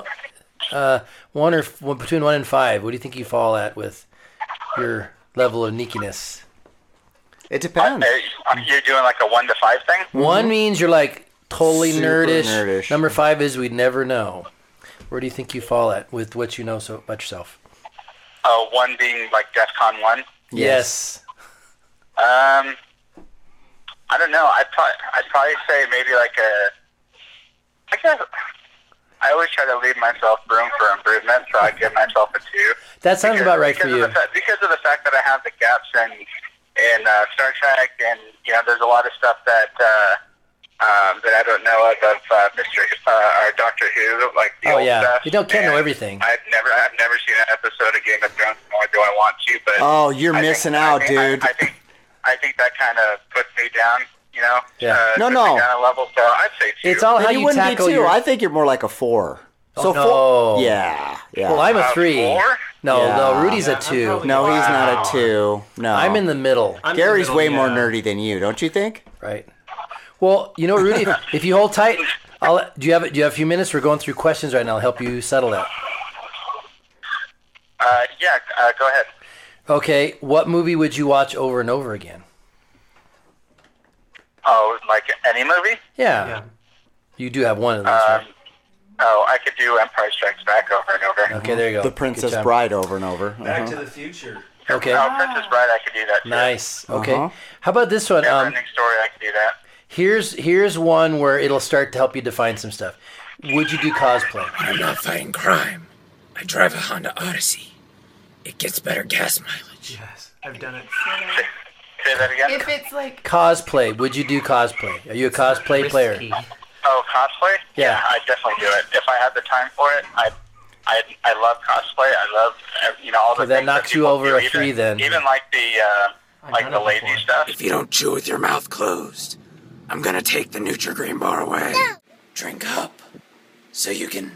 [SPEAKER 3] uh, one or f- one, between one and five? What do you think you fall at with your level of neekiness?
[SPEAKER 6] It depends.
[SPEAKER 15] Are you doing like a one to five thing?
[SPEAKER 3] One means you're like totally
[SPEAKER 15] Mm-hmm. Super
[SPEAKER 3] nerdish.
[SPEAKER 15] nerdish.
[SPEAKER 3] Number five is we'd never know. Where do you think you fall at with what you know so about yourself?
[SPEAKER 15] Uh, one being like DEF CON one.
[SPEAKER 3] Yes.
[SPEAKER 15] Um, I don't know. I'd probably, I'd probably say maybe like a. I guess I always try to leave myself room for improvement, so I give myself a two.
[SPEAKER 3] That sounds about right for
[SPEAKER 15] because
[SPEAKER 3] you.
[SPEAKER 15] Of the, fa- because of the fact that I have the gaps in in uh, Star Trek, and you know, there's a lot of stuff that uh, um, that I don't know of of uh, Mister uh, or Doctor Who, like the old
[SPEAKER 3] Oh yeah,
[SPEAKER 15] stuff.
[SPEAKER 3] you don't can't know everything.
[SPEAKER 15] I've never I've never seen an episode of Game of Thrones, nor do I want to. But
[SPEAKER 6] Oh, you're
[SPEAKER 15] I think-
[SPEAKER 6] missing
[SPEAKER 15] I
[SPEAKER 6] out,
[SPEAKER 15] think- I- I
[SPEAKER 6] dude.
[SPEAKER 15] think I think that kind of puts me down. You know,
[SPEAKER 6] Yeah.
[SPEAKER 15] uh,
[SPEAKER 6] No,
[SPEAKER 15] puts
[SPEAKER 6] no.
[SPEAKER 15] me down a level. So I'd say two.
[SPEAKER 3] It's all how
[SPEAKER 6] Then
[SPEAKER 3] you
[SPEAKER 6] wouldn't
[SPEAKER 3] tackle
[SPEAKER 6] be two.
[SPEAKER 3] your-
[SPEAKER 6] I think you're more like a four.
[SPEAKER 3] Oh,
[SPEAKER 6] so
[SPEAKER 3] no.
[SPEAKER 6] four. Yeah. Yeah.
[SPEAKER 3] Well, I'm a three. No, no,
[SPEAKER 6] Yeah.
[SPEAKER 3] Rudy's a two.
[SPEAKER 6] No, he's not a two. No,
[SPEAKER 3] I'm in the middle. I'm in the
[SPEAKER 6] Gary's
[SPEAKER 3] middle,
[SPEAKER 6] way
[SPEAKER 3] yeah.
[SPEAKER 6] more nerdy than you, don't you think?
[SPEAKER 3] Right. Well, you know, Rudy, if, if you hold tight, I'll, do you have do you have a few minutes? We're going through questions right now. I'll help you settle that.
[SPEAKER 15] Uh, yeah, uh, go ahead.
[SPEAKER 3] Okay. What movie would you watch over and over again?
[SPEAKER 15] Oh, like any movie?
[SPEAKER 3] Yeah. You do have one of those. right?
[SPEAKER 15] Oh, I could do Empire Strikes Back over and over.
[SPEAKER 3] Okay, there you go.
[SPEAKER 6] The
[SPEAKER 3] Good
[SPEAKER 6] Princess
[SPEAKER 3] job.
[SPEAKER 6] Bride over and over.
[SPEAKER 3] Back
[SPEAKER 6] Uh-huh.
[SPEAKER 3] to
[SPEAKER 11] The future.
[SPEAKER 3] Okay.
[SPEAKER 15] Oh, Princess Bride, I could do that.
[SPEAKER 3] Nice. Okay.
[SPEAKER 6] Uh-huh.
[SPEAKER 3] How about this one? Um,
[SPEAKER 15] Next story, I could do that.
[SPEAKER 3] here's here's one where it'll start to help you define some stuff. Would you do cosplay?
[SPEAKER 16] I'm not fighting crime. I drive a Honda Odyssey. It gets better gas mileage. Yes.
[SPEAKER 8] I've done it.
[SPEAKER 15] Say that again.
[SPEAKER 5] If it's like
[SPEAKER 3] Cosplay. Would you do cosplay? Are you a cosplay player?
[SPEAKER 15] Oh, cosplay?
[SPEAKER 3] Yeah.
[SPEAKER 15] I'd definitely do it if I had the time for it. I, I, I love cosplay. I love uh, you know all the
[SPEAKER 3] Okay, that
[SPEAKER 15] things
[SPEAKER 3] knocks you
[SPEAKER 15] people
[SPEAKER 3] over
[SPEAKER 15] do,
[SPEAKER 3] a
[SPEAKER 15] even-
[SPEAKER 3] three then.
[SPEAKER 15] Even like the uh, like the lazy stuff.
[SPEAKER 16] If you don't chew with your mouth closed, I'm gonna take the Nutri-Green bar away. Drink up, so you can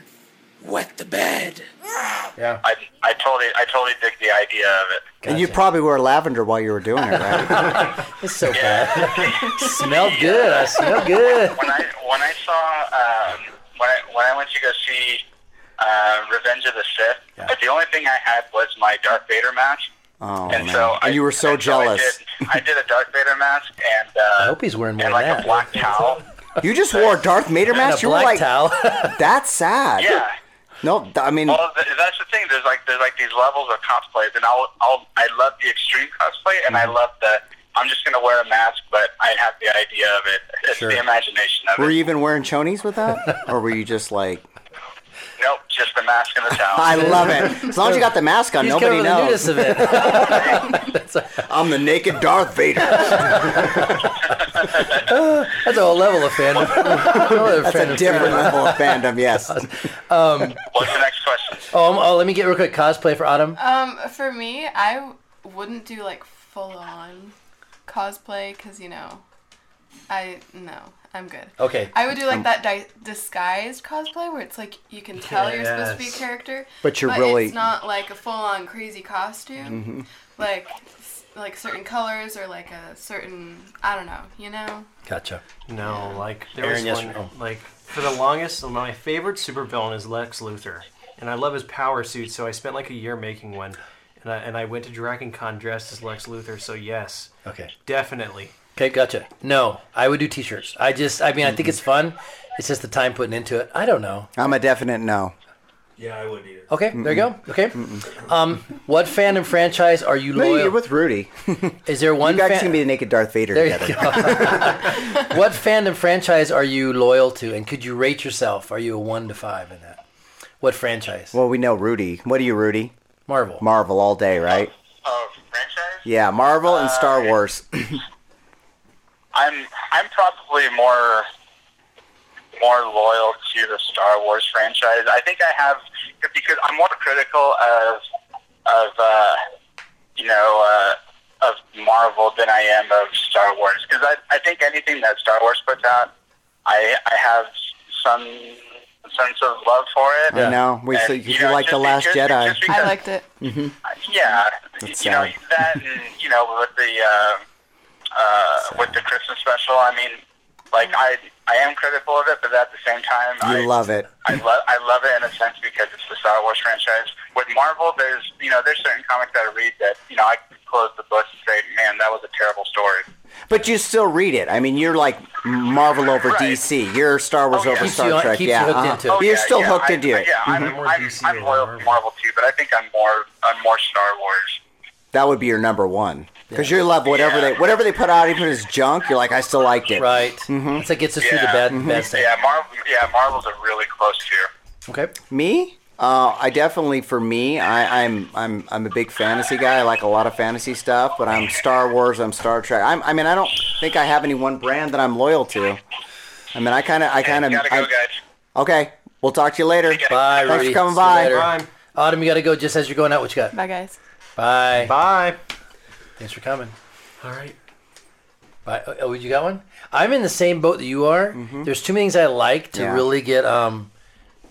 [SPEAKER 16] wet the bed.
[SPEAKER 3] Yeah.
[SPEAKER 15] I, I totally I totally dig the idea of it.
[SPEAKER 6] And you probably wore lavender while you were doing it, right?
[SPEAKER 3] It's so bad. Smelled good. I smell good.
[SPEAKER 15] When I when I saw um, when I when I went to go see uh, Revenge of the Sith, the only thing I had was my Darth Vader mask.
[SPEAKER 6] Oh,
[SPEAKER 15] And
[SPEAKER 6] man.
[SPEAKER 15] so
[SPEAKER 6] and you were so jealous.
[SPEAKER 15] I did a Darth Vader mask and uh,
[SPEAKER 3] I hope he's wearing more
[SPEAKER 15] and like
[SPEAKER 3] than
[SPEAKER 15] a
[SPEAKER 3] that.
[SPEAKER 15] black towel.
[SPEAKER 6] You just wore a Darth Mater
[SPEAKER 15] And a
[SPEAKER 6] mask. you
[SPEAKER 15] black
[SPEAKER 6] were like,
[SPEAKER 15] towel.
[SPEAKER 6] that's sad.
[SPEAKER 15] Yeah.
[SPEAKER 6] No, th- I mean,
[SPEAKER 15] Well, th- that's the thing. There's like there's like these levels of cosplays, and I'll, I'll I love the extreme cosplay, and I love the I'm just gonna wear a mask, but I have the idea of it. It's
[SPEAKER 6] Sure.
[SPEAKER 15] the imagination of
[SPEAKER 6] were
[SPEAKER 15] it.
[SPEAKER 6] you even wearing chonies with that, or were you just like?
[SPEAKER 15] Nope, just the mask and the towel.
[SPEAKER 6] I love it. As long as you got the mask on,
[SPEAKER 15] He's
[SPEAKER 6] nobody
[SPEAKER 15] covering the
[SPEAKER 6] knows.
[SPEAKER 15] nudist event.
[SPEAKER 6] I'm the naked Darth Vader.
[SPEAKER 3] That's a whole level of fandom. Another
[SPEAKER 6] That's a
[SPEAKER 3] fandom
[SPEAKER 6] different
[SPEAKER 3] fandom.
[SPEAKER 6] level of fandom. Yes.
[SPEAKER 3] Um,
[SPEAKER 15] What's the next question?
[SPEAKER 3] Oh, um, oh, let me get real quick. Cosplay for Autumn.
[SPEAKER 6] Uh,
[SPEAKER 5] um for me, I w- wouldn't do like full on cosplay because you know, I no, I'm good.
[SPEAKER 3] Okay.
[SPEAKER 5] I would do like
[SPEAKER 6] Um,
[SPEAKER 5] that di- disguised cosplay where it's like you can tell you're supposed to be a
[SPEAKER 6] Yes.
[SPEAKER 5] character,
[SPEAKER 6] But you're really-
[SPEAKER 5] it's not like a full on crazy costume.
[SPEAKER 6] Mhm.
[SPEAKER 5] Like s- like certain colors or like a certain I don't know, you know.
[SPEAKER 3] Gotcha.
[SPEAKER 8] No, like there
[SPEAKER 3] Aaron,
[SPEAKER 8] was
[SPEAKER 3] yes or
[SPEAKER 8] one,
[SPEAKER 12] oh.
[SPEAKER 3] no?
[SPEAKER 8] like for the longest, my favorite supervillain is Lex Luthor, and I love his power suit. So I spent like a year making one, and I and I went to DragonCon dressed as Lex Luthor. So yes,
[SPEAKER 3] Okay.
[SPEAKER 8] definitely.
[SPEAKER 3] Okay, gotcha. No, I would do t-shirts. I just, I mean, I think it's fun. It's just the time putting into it. I don't know.
[SPEAKER 6] I'm a definite no.
[SPEAKER 12] Yeah, I wouldn't either.
[SPEAKER 3] Okay, there you go. Okay. Um, what fandom franchise are you
[SPEAKER 6] No,
[SPEAKER 3] loyal?
[SPEAKER 6] you're with Rudy.
[SPEAKER 3] Is there one?
[SPEAKER 6] You guys
[SPEAKER 3] fan-
[SPEAKER 6] can be the naked Darth Vader
[SPEAKER 3] There you
[SPEAKER 6] together.
[SPEAKER 3] what fandom franchise are you loyal to, and could you rate yourself? Are you a one to five in that? What franchise?
[SPEAKER 6] Well, we know Rudy. What are you, Rudy?
[SPEAKER 3] Marvel.
[SPEAKER 6] Marvel all day, right? Yeah, Marvel and Star Wars.
[SPEAKER 15] I'm I'm probably more more loyal to the Star Wars franchise. I think I have because I'm more critical of of uh, you know uh, of Marvel than I am of Star Wars because I, I think anything that Star Wars puts out, I I have some sense of love for it.
[SPEAKER 6] I know. We
[SPEAKER 15] And,
[SPEAKER 6] so, you,
[SPEAKER 15] you know,
[SPEAKER 6] like
[SPEAKER 15] just
[SPEAKER 6] the Last
[SPEAKER 15] because-
[SPEAKER 6] Jedi.
[SPEAKER 15] just because- I liked
[SPEAKER 5] it.
[SPEAKER 6] hmm
[SPEAKER 15] Yeah,
[SPEAKER 6] That's
[SPEAKER 15] you know
[SPEAKER 6] sad.
[SPEAKER 15] that, and you know with the uh, uh, with the Christmas special. I mean, like I I am critical of it, but at the same time, I,
[SPEAKER 6] You love it.
[SPEAKER 15] I love I love it in a sense because it's the Star Wars franchise. With Marvel, there's you know there's certain comics that I read that you know I can close the book and say, man, that was a terrible story.
[SPEAKER 6] But you still read it. I mean, you're like Marvel over DC. You're Star Wars over
[SPEAKER 15] Keeps
[SPEAKER 6] Star
[SPEAKER 15] you on-
[SPEAKER 6] Trek.
[SPEAKER 15] keeps
[SPEAKER 6] yeah,
[SPEAKER 15] you hooked
[SPEAKER 6] uh-huh.
[SPEAKER 15] into it. Oh,
[SPEAKER 6] you're
[SPEAKER 15] yeah,
[SPEAKER 6] still
[SPEAKER 15] yeah,
[SPEAKER 6] hooked
[SPEAKER 15] I-
[SPEAKER 6] into it.
[SPEAKER 15] yeah, I'm-
[SPEAKER 6] Mhm.
[SPEAKER 15] I'm, I'm loyal to Marvel too, but I think I'm more I'm more Star Wars.
[SPEAKER 6] That would be your number one because you love whatever they whatever they put out, even if it's junk. You're like, I still liked it.
[SPEAKER 3] Right.
[SPEAKER 6] Mm-hmm.
[SPEAKER 3] It's like gets us through the bad- bad stuff.
[SPEAKER 15] Yeah, Marvel. Yeah, Marvel's a really close tier.
[SPEAKER 6] Mm-hmm.
[SPEAKER 3] Okay.
[SPEAKER 6] Me? Uh, I definitely for me, I, I'm I'm I'm a big fantasy guy. I like a lot of fantasy stuff, but I'm Star Wars. I'm Star Trek. I'm, I mean, I don't think I have any one brand that I'm loyal to. I mean, I kind of I kind of
[SPEAKER 3] gotta go, guys.
[SPEAKER 6] okay. We'll talk to you later.
[SPEAKER 3] Bye,
[SPEAKER 6] Thanks
[SPEAKER 3] Rudy.
[SPEAKER 6] for coming
[SPEAKER 3] See you
[SPEAKER 6] by.
[SPEAKER 3] later. Autumn, you got to go just as you're going out. What you got?
[SPEAKER 5] Bye, guys.
[SPEAKER 3] Bye. Bye. Thanks for coming. All right. Bye. Oh, oh, you got one? I'm in the same boat that you are. There's too many things I like to
[SPEAKER 6] Mm-hmm. Yeah.
[SPEAKER 3] really get um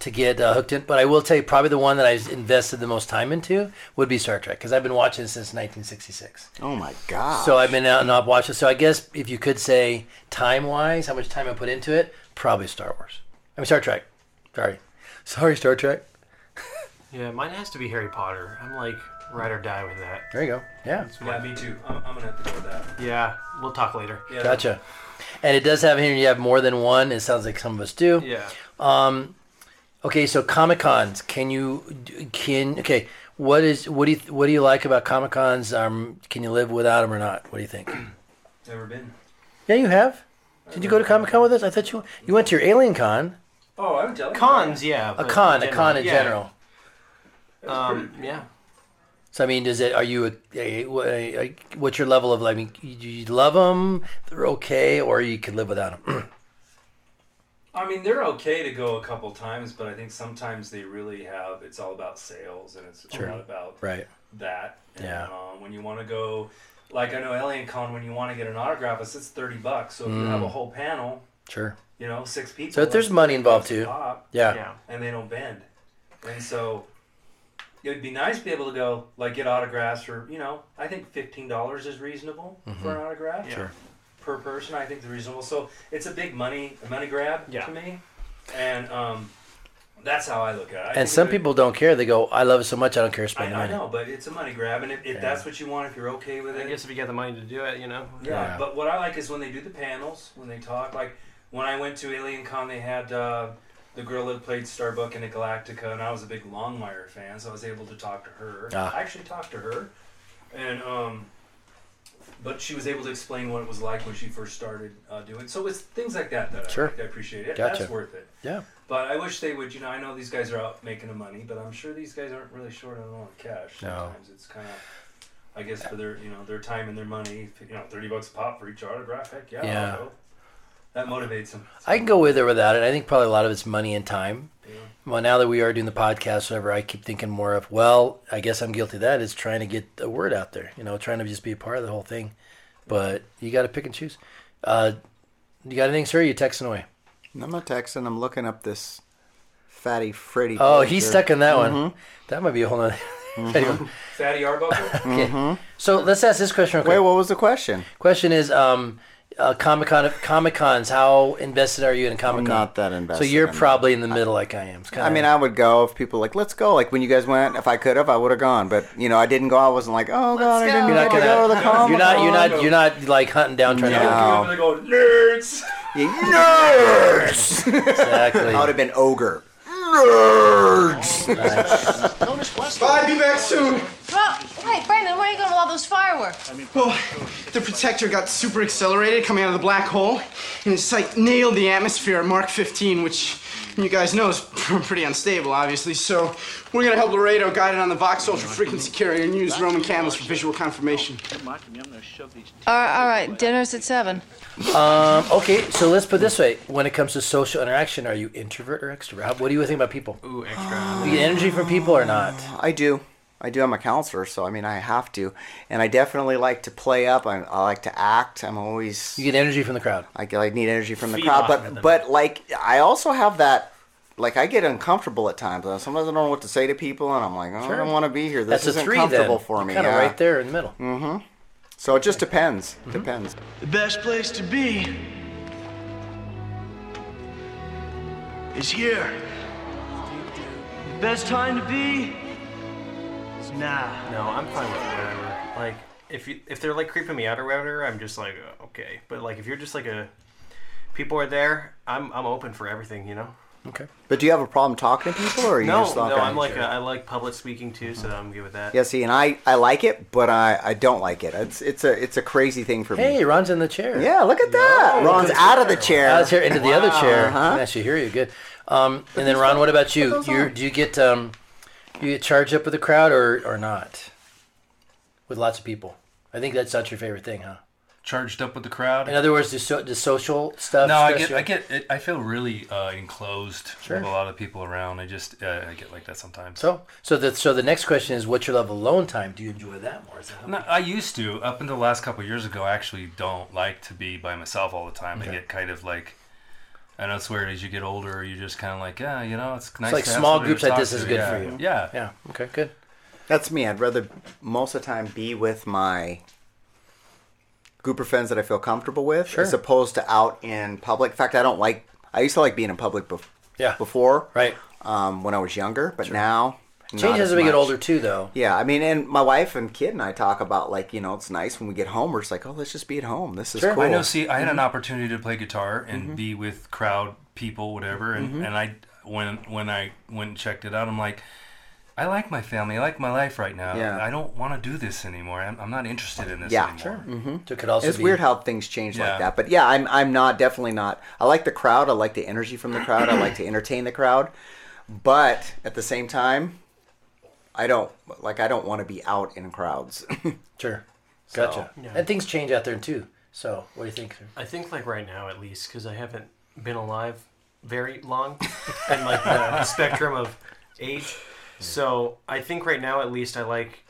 [SPEAKER 3] to get uh, hooked in. But I will tell you, probably the one that I've invested the most time into would be Star Trek because I've been watching it since 1966.
[SPEAKER 6] Oh my god.
[SPEAKER 3] So I've been out and I've watched it. So I guess if you could say time wise, how much time I put into it, probably Star Wars. I mean Star Trek. Sorry, sorry, Star Trek.
[SPEAKER 17] Yeah, mine has to be Harry Potter. I'm like ride or die with that.
[SPEAKER 3] There you go. Yeah.
[SPEAKER 12] Yeah, me too. I'm, I'm gonna have to go with that.
[SPEAKER 17] Yeah, we'll talk later.
[SPEAKER 12] Yeah.
[SPEAKER 3] Gotcha. And it does have here. You have more than one. It sounds like some of us do.
[SPEAKER 17] Yeah.
[SPEAKER 3] Um, okay. So Comic Cons. Can you? Can okay. What is? What do you? What do you like about Comic Cons? Um, can you live without them or not? What do you think?
[SPEAKER 12] Never been.
[SPEAKER 3] yeah, you have. Did you go to Comic Con with us? I thought you you went to your Alien Con.
[SPEAKER 12] Oh, I'm telling
[SPEAKER 17] Cons, yeah.
[SPEAKER 3] A
[SPEAKER 12] Oh,
[SPEAKER 17] but
[SPEAKER 3] con, a
[SPEAKER 17] general-
[SPEAKER 3] con in
[SPEAKER 17] yeah.
[SPEAKER 3] general.
[SPEAKER 17] Um, yeah.
[SPEAKER 3] So I mean, does it? Are you a, a, a, a- What's your level of? I mean, you, you love them. They're okay, or you could live without them.
[SPEAKER 12] I mean, they're okay to go a couple times, but I think sometimes they really have. It's all about sales, and it's
[SPEAKER 3] Sure.
[SPEAKER 12] a lot about
[SPEAKER 3] Right.
[SPEAKER 12] that. And,
[SPEAKER 3] Yeah.
[SPEAKER 12] Um, when you want to go, like I know Alien Con, when you want to get an autograph, it's, it's thirty bucks. So if you
[SPEAKER 3] Mm.
[SPEAKER 12] have a whole panel,
[SPEAKER 3] sure.
[SPEAKER 12] you know, six people.
[SPEAKER 3] So if there's
[SPEAKER 12] that's-
[SPEAKER 3] money involved
[SPEAKER 12] that's
[SPEAKER 3] too.
[SPEAKER 12] pop,
[SPEAKER 3] Yeah. Yeah.
[SPEAKER 12] And they don't bend, and so it'd be nice to be able to go like get autographs for you know. I think fifteen dollars is reasonable for an
[SPEAKER 3] Mhm.
[SPEAKER 12] autograph.
[SPEAKER 3] Sure.
[SPEAKER 12] Per person, I think is reasonable. So it's a big money money grab
[SPEAKER 17] Yeah.
[SPEAKER 12] to me, and um, that's how I look at it. I think
[SPEAKER 3] and some
[SPEAKER 12] if it-
[SPEAKER 3] people don't care. They go, "I love it so much, I don't care to
[SPEAKER 12] I,
[SPEAKER 3] spend the
[SPEAKER 12] I
[SPEAKER 3] money."
[SPEAKER 12] know, but it's a money grab, and if, if
[SPEAKER 3] Yeah.
[SPEAKER 12] that's what you want, if you're okay with it,
[SPEAKER 17] I guess if you got the money to do it, you know.
[SPEAKER 12] yeah, but what I like is when they do the panels, when they talk. Like when I went to Alien Con, they had uh, the girl that played Starbuck in Galactica, and I was a big Longmire fan, so I was able to talk to her.
[SPEAKER 3] Ah.
[SPEAKER 12] I actually talked to her, and um, but she was able to explain what it was like when she first started uh, doing. So it's things like that that
[SPEAKER 3] Sure.
[SPEAKER 12] I, like. I appreciate it.
[SPEAKER 3] Gotcha.
[SPEAKER 12] That's worth it.
[SPEAKER 3] Yeah.
[SPEAKER 12] But I wish they would. You know, I know these guys are out making the money, but I'm sure these guys aren't really short on a lot of cash.
[SPEAKER 3] No.
[SPEAKER 12] Sometimes it's kind of. I guess for their you know their time and their money, you know, thirty bucks a pop for each autograph. Heck yeah,
[SPEAKER 3] Yeah.
[SPEAKER 12] I'll go. that motivates them.
[SPEAKER 3] I can go with or without it. I think probably a lot of it's money and time. Well, now that we are doing the podcast, whatever, I keep thinking more of. Well, I guess I'm guilty of that. Is trying to get the word out there. You know, trying to just be a part of the whole thing. But you got to pick and choose. Uh, you got anything, sir? Or you texting away?
[SPEAKER 6] I'm not texting. I'm looking up this fatty Freddy.
[SPEAKER 3] Oh,
[SPEAKER 6] picture.
[SPEAKER 3] he's stuck in that one.
[SPEAKER 6] Mhm.
[SPEAKER 3] That might be a whole nother.
[SPEAKER 6] Mhm.
[SPEAKER 12] Fatty Arbuckle.
[SPEAKER 3] Okay. So let's ask this question. Real quick.
[SPEAKER 6] Wait, what was the question?
[SPEAKER 3] Question is, um, uh, Comic Con Comic Cons. How invested are you in Comic Con?
[SPEAKER 6] not that invested
[SPEAKER 3] So you're
[SPEAKER 6] in
[SPEAKER 3] probably in the middle, like I am. It's kinda-
[SPEAKER 6] I mean, I would go if people were like, let's go. Like when you guys went, if I could have, I would have gone. But you know, I didn't go. I wasn't like, oh god, I didn't
[SPEAKER 3] you're not
[SPEAKER 6] get to go to the
[SPEAKER 3] gonna. You're
[SPEAKER 6] Comic
[SPEAKER 3] not. You're not. You're not like hunting down trying
[SPEAKER 6] No.
[SPEAKER 3] to.
[SPEAKER 11] They
[SPEAKER 12] "Oh,
[SPEAKER 11] go nerds.
[SPEAKER 6] nerds.
[SPEAKER 3] Exactly.
[SPEAKER 6] I would have been ogre.
[SPEAKER 18] Bye, be back soon.
[SPEAKER 19] Well, Oh, hey, Brandon, where are you going with all those fireworks?
[SPEAKER 18] Well, Oh, the protector got super accelerated coming out of the black hole, and it's like nailed the atmosphere at Mark 15, which you guys know is pretty unstable, obviously. So we're gonna help Laredo guide it on the Vox Ultra frequency carrier and use Roman candles for visual confirmation.
[SPEAKER 19] All right, all right, dinner's at 7.
[SPEAKER 3] Um, okay, so let's put it this way: when it comes to social interaction, are you introvert or extrovert? How, what do you think about people?
[SPEAKER 8] Ooh,
[SPEAKER 3] extrovert. You get energy from people or not?
[SPEAKER 6] I do. I do. I'm a counselor, so I mean, I have to. And I definitely like to play up. I, I like to act. I'm always. You
[SPEAKER 3] get energy from the crowd.
[SPEAKER 6] I, get- I need energy from the
[SPEAKER 3] Feed off
[SPEAKER 6] crowd.
[SPEAKER 3] of
[SPEAKER 6] But
[SPEAKER 3] them.
[SPEAKER 6] but like I also have that. Like I get uncomfortable at times. Uh, Sometimes I don't know what to say to people, and I'm like, oh, I
[SPEAKER 3] Sure.
[SPEAKER 6] don't want to be here.
[SPEAKER 3] That's
[SPEAKER 6] This
[SPEAKER 3] a
[SPEAKER 6] isn't
[SPEAKER 3] three, then.
[SPEAKER 6] comfortable for me.
[SPEAKER 3] Kinda
[SPEAKER 6] yeah.
[SPEAKER 3] right there Mm-hmm. in the middle.
[SPEAKER 6] Mm-hmm. So it just depends. Depends.
[SPEAKER 20] The best place to be is here. The best time to be is now.
[SPEAKER 8] No, I'm fine with whatever. Like, if you, if they're like creeping me out or whatever, I'm just like uh, okay. But like, if you're just like a people are there, I'm I'm open for everything, you know.
[SPEAKER 3] Okay.
[SPEAKER 6] But do you have a problem talking to people, or are you
[SPEAKER 8] no,
[SPEAKER 6] just
[SPEAKER 8] no,
[SPEAKER 6] not
[SPEAKER 8] I'm like a, I like public speaking too, so I'm good with that.
[SPEAKER 6] Yeah, see, and I, I like it, but I, I don't like it. It's it's a it's a crazy thing for me.
[SPEAKER 3] Hey, Ron's in the chair.
[SPEAKER 6] Yeah, look at that. Ron's out of the chair.
[SPEAKER 3] Out of the chair into the other
[SPEAKER 6] Wow.
[SPEAKER 3] chair.
[SPEAKER 6] Uh-huh.
[SPEAKER 3] I can actually hear you good. Um, and then Ron, what about you? You do you get um, you get charged up with the crowd or or not? With lots of people. I think that's not your favorite thing, huh?
[SPEAKER 12] Charged up with the crowd.
[SPEAKER 3] In other words, the, so, the social stuff.
[SPEAKER 12] No, I
[SPEAKER 3] stress
[SPEAKER 12] get,
[SPEAKER 3] you
[SPEAKER 12] I
[SPEAKER 3] out?
[SPEAKER 12] get, it, I feel really uh, enclosed
[SPEAKER 3] Sure.
[SPEAKER 12] with a lot of people around. I just, uh, I get like that sometimes.
[SPEAKER 3] So, so the so the next question is, what's your level of alone time? Do you enjoy that more? Is that
[SPEAKER 12] No, I used to. Up until the last couple of years ago, I actually don't like to be by myself all the time. I
[SPEAKER 3] Okay.
[SPEAKER 12] get kind of like, I know it's weird as you get older, you're just kind of like, yeah, you know, it's nice.
[SPEAKER 3] like
[SPEAKER 12] to have
[SPEAKER 3] small
[SPEAKER 12] somebody to
[SPEAKER 3] groups like
[SPEAKER 12] talk
[SPEAKER 3] this is
[SPEAKER 12] to.
[SPEAKER 3] good
[SPEAKER 12] yeah.
[SPEAKER 3] for you.
[SPEAKER 12] Yeah.
[SPEAKER 3] Yeah. Okay. Good.
[SPEAKER 6] That's me. I'd rather most of the time be with my group of friends that I feel comfortable with,
[SPEAKER 3] Sure.
[SPEAKER 6] as opposed to out in public. In fact, I don't like. I used to like being in public bef-
[SPEAKER 3] Yeah.
[SPEAKER 6] before,
[SPEAKER 3] right?
[SPEAKER 6] Um, when I was younger, but now
[SPEAKER 3] Changes
[SPEAKER 6] not
[SPEAKER 3] as we get
[SPEAKER 6] much.
[SPEAKER 3] older too, though.
[SPEAKER 6] Yeah, I mean, and my wife and kid and I talk about like you know it's nice when we get home. We're just like, oh, let's just be at home. This is cool.
[SPEAKER 12] I know. See, I
[SPEAKER 3] Mm-hmm.
[SPEAKER 12] had an
[SPEAKER 6] Mhm.
[SPEAKER 12] opportunity to play guitar and be with crowd people, whatever, and,
[SPEAKER 3] Mm-hmm.
[SPEAKER 6] Mhm.
[SPEAKER 12] and I when when I went and checked it out, I'm like. I like my family. I like my life right now.
[SPEAKER 6] Yeah.
[SPEAKER 12] I don't want to do this anymore. I'm, I'm not interested in this
[SPEAKER 6] yeah,
[SPEAKER 12] anymore.
[SPEAKER 6] hmm
[SPEAKER 3] So it could also
[SPEAKER 6] it's
[SPEAKER 3] be-
[SPEAKER 6] weird how things change
[SPEAKER 12] Yeah.
[SPEAKER 6] like that. But yeah, I'm I'm not definitely not. I like the crowd. I like the energy from the crowd. I like to entertain the crowd. But at the same time, I don't like. I don't want to be out in crowds.
[SPEAKER 3] sure.
[SPEAKER 6] So-
[SPEAKER 3] Gotcha. And things change out there too. So, what do you think? Sir?
[SPEAKER 8] I think like right now at least because I haven't been alive very long and like the spectrum of age. So I think right now at least I like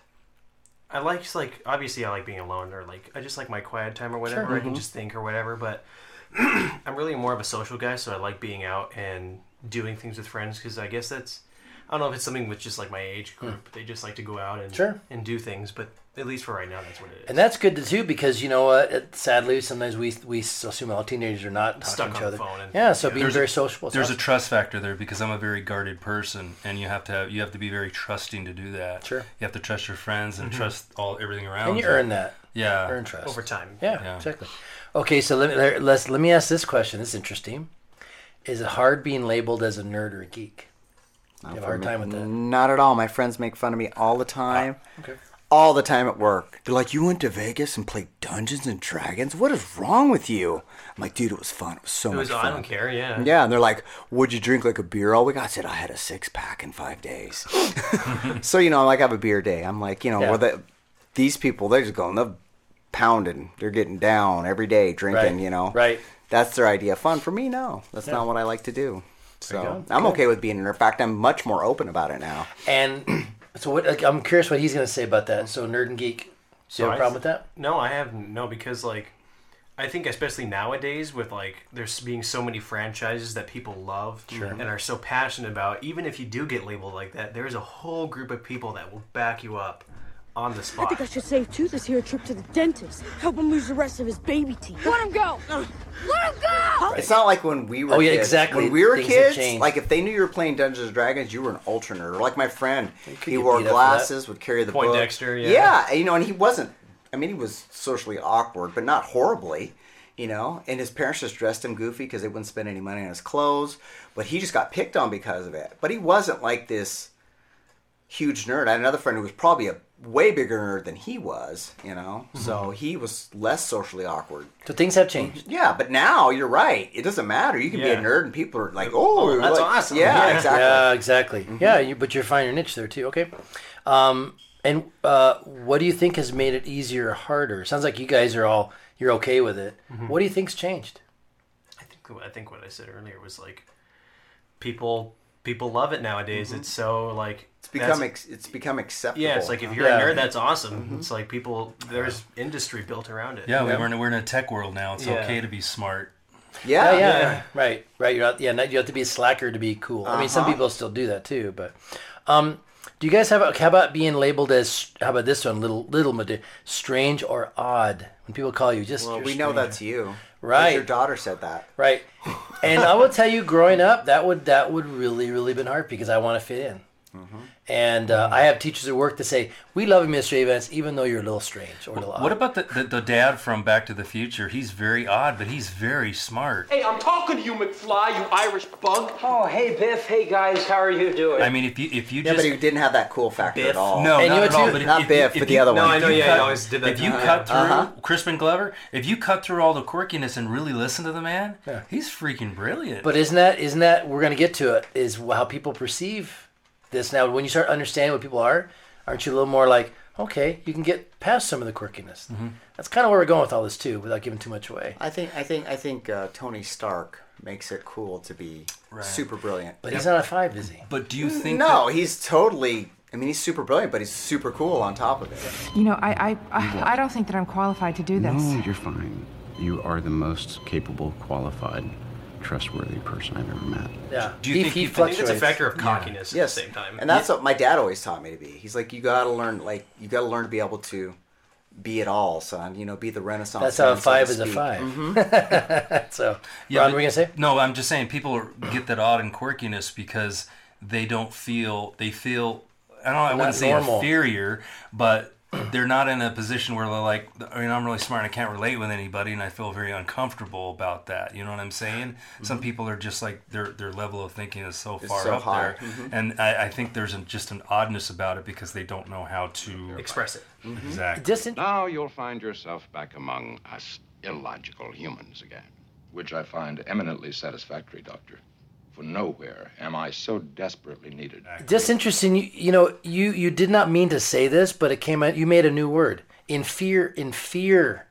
[SPEAKER 8] I like just like obviously I like being alone or like I just like my quiet time or whatever.
[SPEAKER 3] Sure.
[SPEAKER 8] I can
[SPEAKER 3] Mhm.
[SPEAKER 8] just think or whatever. But I'm really more of a social guy, so I like being out and doing things with friends because I guess that's I don't know if it's something with just like my age group. They just like to go out and
[SPEAKER 3] Hmm. Sure.
[SPEAKER 8] and do things, but at least for right now that's what it is.
[SPEAKER 3] And that's good too because you know what? It- Sadly, sometimes we we assume all teenagers are not talking
[SPEAKER 8] Stuck
[SPEAKER 3] to
[SPEAKER 8] on
[SPEAKER 3] each
[SPEAKER 8] the
[SPEAKER 3] other.
[SPEAKER 8] phone and-
[SPEAKER 3] yeah. So
[SPEAKER 8] yeah.
[SPEAKER 3] being
[SPEAKER 12] There's a-
[SPEAKER 3] very social. is
[SPEAKER 12] There's a
[SPEAKER 3] awesome.
[SPEAKER 12] trust factor there because I'm a very guarded person, and you have to have, you have to be very trusting to do that.
[SPEAKER 3] Sure.
[SPEAKER 12] You have to trust your friends and
[SPEAKER 3] Mhm.
[SPEAKER 12] trust all everything around.
[SPEAKER 3] and you earn that.
[SPEAKER 12] Yeah.
[SPEAKER 3] Earn trust
[SPEAKER 8] Over time.
[SPEAKER 3] Yeah,
[SPEAKER 12] Uh, Yeah.
[SPEAKER 3] Exactly. Okay, so let me let, let's let me ask this question. This is interesting. Is it hard being labeled as a nerd or a geek? You have a hard time with that. Oh,
[SPEAKER 6] Not at all. My friends make fun of me all the time.
[SPEAKER 3] okay.
[SPEAKER 6] All the time at work. They're like, You went to Vegas and played Dungeons and Dragons? What is wrong with you? I'm like, Dude, it was fun. It was so
[SPEAKER 8] It
[SPEAKER 6] much
[SPEAKER 8] was-
[SPEAKER 6] fun.
[SPEAKER 8] I don't care, yeah.
[SPEAKER 6] Yeah. And they're like, Would you drink like a beer all week? I said, I had a six pack in five days. so, you know, I'm like, I have a beer day. I'm like, You know,
[SPEAKER 3] Yeah.
[SPEAKER 6] well, the, these people, they're just going, they're pounding. They're getting down every day drinking,
[SPEAKER 3] Right.
[SPEAKER 6] you know?
[SPEAKER 3] Right.
[SPEAKER 6] That's their idea of fun. For me, no. That's
[SPEAKER 3] Yeah.
[SPEAKER 6] not what I like to do. So
[SPEAKER 3] go.
[SPEAKER 6] I'm
[SPEAKER 3] Good.
[SPEAKER 6] okay with being in. In fact, I'm much more open about it now.
[SPEAKER 3] And so what? Like, I'm curious what he's going to say about that. So nerd and geek. Do you have a
[SPEAKER 8] I
[SPEAKER 3] problem with
[SPEAKER 8] th-
[SPEAKER 3] that?
[SPEAKER 8] No, I have no because like I think especially nowadays with like there's being so many franchises that people love Hmm,
[SPEAKER 3] Sure.
[SPEAKER 8] and are so passionate about. Even if you do get labeled like that, there's a whole group of people that will back you up on the
[SPEAKER 21] I
[SPEAKER 8] spot.
[SPEAKER 21] think I should save Tooth this here trip to the dentist. Help him lose the rest of his baby teeth. Let him go! Let him go!
[SPEAKER 6] It's not like when we were.
[SPEAKER 3] Oh, yeah,
[SPEAKER 6] kids.
[SPEAKER 3] exactly.
[SPEAKER 6] When we were
[SPEAKER 3] Things have
[SPEAKER 6] kids,
[SPEAKER 3] changed.
[SPEAKER 6] like if they knew you were playing Dungeons and Dragons, you were an ultra nerd. Like my friend, he
[SPEAKER 3] get
[SPEAKER 6] wore
[SPEAKER 3] beat up for
[SPEAKER 6] glasses,
[SPEAKER 3] that.
[SPEAKER 6] would carry the book.
[SPEAKER 8] Poindexter, yeah.
[SPEAKER 6] Yeah, and, you know, and he wasn't. I mean, he was socially awkward, but not horribly. You know, and his parents just dressed him goofy because they wouldn't spend any money on his clothes. But he just got picked on because of it. But he wasn't like this huge nerd. I had another friend who was probably a way bigger nerd than he was, you know. So he was less socially awkward.
[SPEAKER 3] So things have changed.
[SPEAKER 6] Yeah, but now you're right. It doesn't matter. You can be a
[SPEAKER 3] Yeah.
[SPEAKER 6] nerd and people are like, "Oh,
[SPEAKER 3] that's
[SPEAKER 6] like-
[SPEAKER 3] awesome.
[SPEAKER 6] Yeah, exactly. Mm-hmm.
[SPEAKER 3] Yeah, exactly. Yeah, you, but you're finding your niche there too. Okay. Um, and uh, what do you think has made it easier or harder? Sounds like you guys are all you're okay with it.
[SPEAKER 8] Mhm.
[SPEAKER 3] What do you think's changed?
[SPEAKER 8] I think what I said earlier was like people people love it nowadays.
[SPEAKER 22] Mm-hmm.
[SPEAKER 6] Mhm.
[SPEAKER 8] It's so like
[SPEAKER 6] It's become ex- it's become acceptable.
[SPEAKER 8] yeah. It's like if you're
[SPEAKER 6] Yeah.
[SPEAKER 8] a nerd, that's awesome.
[SPEAKER 6] Mhm.
[SPEAKER 8] It's like people there's industry built around it.
[SPEAKER 12] Yeah, we we're in, we're in a tech world now. It's
[SPEAKER 8] Yeah.
[SPEAKER 12] okay to be smart.
[SPEAKER 3] yeah, Right, right. You're not, yeah, not, you have to be a slacker to be cool. I mean, some
[SPEAKER 12] Uh-huh.
[SPEAKER 3] people still do that too. But um, do you guys have? a- How about being labeled as? How about this one? Little, little, medi- strange or odd. When people call you, just
[SPEAKER 6] Well,
[SPEAKER 3] you're
[SPEAKER 6] we know
[SPEAKER 3] strange.
[SPEAKER 6] that's you.
[SPEAKER 3] Right.
[SPEAKER 6] Your daughter said that.
[SPEAKER 3] Right. And I will tell you, growing up, that would that would really really been hard because I want to fit in. And uh, I have teachers at work that say we love administrative events, even though you're a little strange or a little odd.
[SPEAKER 12] What about the, the, the dad from Back to the Future? He's very odd, but he's very smart.
[SPEAKER 23] Hey, I'm talking to you, McFly, you Irish bug.
[SPEAKER 24] Oh, hey, Biff. Hey, guys. How are you doing?
[SPEAKER 12] I mean, if you if you
[SPEAKER 6] Yeah,
[SPEAKER 12] just
[SPEAKER 6] but he didn't have that cool factor at all.
[SPEAKER 12] No, not
[SPEAKER 6] you
[SPEAKER 12] at all. But if-
[SPEAKER 6] not
[SPEAKER 12] if-
[SPEAKER 6] Biff,
[SPEAKER 12] if
[SPEAKER 6] but the
[SPEAKER 12] you-
[SPEAKER 6] other one.
[SPEAKER 12] if you cut- If you cut through
[SPEAKER 6] Uh-huh.
[SPEAKER 12] Crispin Glover, if you cut through all the quirkiness and really listen to the man, he's freaking brilliant.
[SPEAKER 3] But isn't that isn't that we're going to get to it is how people perceive this now. When you start understanding what people are, aren't you a little more like okay, you can get past some of the quirkiness.
[SPEAKER 6] Mhm.
[SPEAKER 3] That's kind of where we're going with all this too, without giving too much away.
[SPEAKER 6] I think I think I think uh, Tony Stark makes it cool to be
[SPEAKER 3] Right.
[SPEAKER 6] super brilliant.
[SPEAKER 3] But he's not a five, is he?
[SPEAKER 12] But do
[SPEAKER 6] you think No, he's totally I mean he's super brilliant, but he's super cool on top of it.
[SPEAKER 25] You know, I I,
[SPEAKER 22] You
[SPEAKER 25] I,
[SPEAKER 22] what?
[SPEAKER 25] I don't think that I'm qualified to do this.
[SPEAKER 22] No, you're fine. You are the most capable, qualified, trustworthy person I've ever met.
[SPEAKER 3] Yeah.
[SPEAKER 6] Do you He- think he he- I think it's a fluctuates. factor of
[SPEAKER 8] cockiness at the same time.
[SPEAKER 6] And that's what my dad always taught me to be. He's like, you gotta learn, like, you gotta learn to be able to be it all, son. You know, be the Renaissance.
[SPEAKER 3] That's how a
[SPEAKER 6] man, so to
[SPEAKER 3] five is a
[SPEAKER 6] speak.
[SPEAKER 3] 5
[SPEAKER 6] Mm-hmm.
[SPEAKER 3] so,
[SPEAKER 12] Yeah,
[SPEAKER 3] Ron,
[SPEAKER 12] but-
[SPEAKER 3] what were you gonna say?
[SPEAKER 12] No, I'm just saying people are- get that odd and quirkiness because they don't feel they feel I don't know, I
[SPEAKER 3] Not
[SPEAKER 12] wouldn't say
[SPEAKER 3] normal.
[SPEAKER 12] inferior, but they're not in a position where they're like I mean I'm really smart and I can't relate with anybody and I feel very uncomfortable about that. You know what I'm saying? Some
[SPEAKER 3] Mm-hmm.
[SPEAKER 26] Mhm.
[SPEAKER 12] people are just like their their level of thinking is so
[SPEAKER 26] It's
[SPEAKER 12] far
[SPEAKER 26] so
[SPEAKER 12] up
[SPEAKER 26] high.
[SPEAKER 12] there,
[SPEAKER 3] Mm-hmm.
[SPEAKER 26] Mhm.
[SPEAKER 12] and I, I think there's an, just an oddness about it because they don't know how to
[SPEAKER 8] express it. Mm-hmm.
[SPEAKER 12] Exactly.
[SPEAKER 26] Now you'll find yourself back among us illogical humans again, which I find eminently satisfactory, Doctor. For nowhere am I so desperately needed.
[SPEAKER 3] Just interesting. You, you know, you you did not mean to say this, but it came out. You made a new word. In fear, in fear,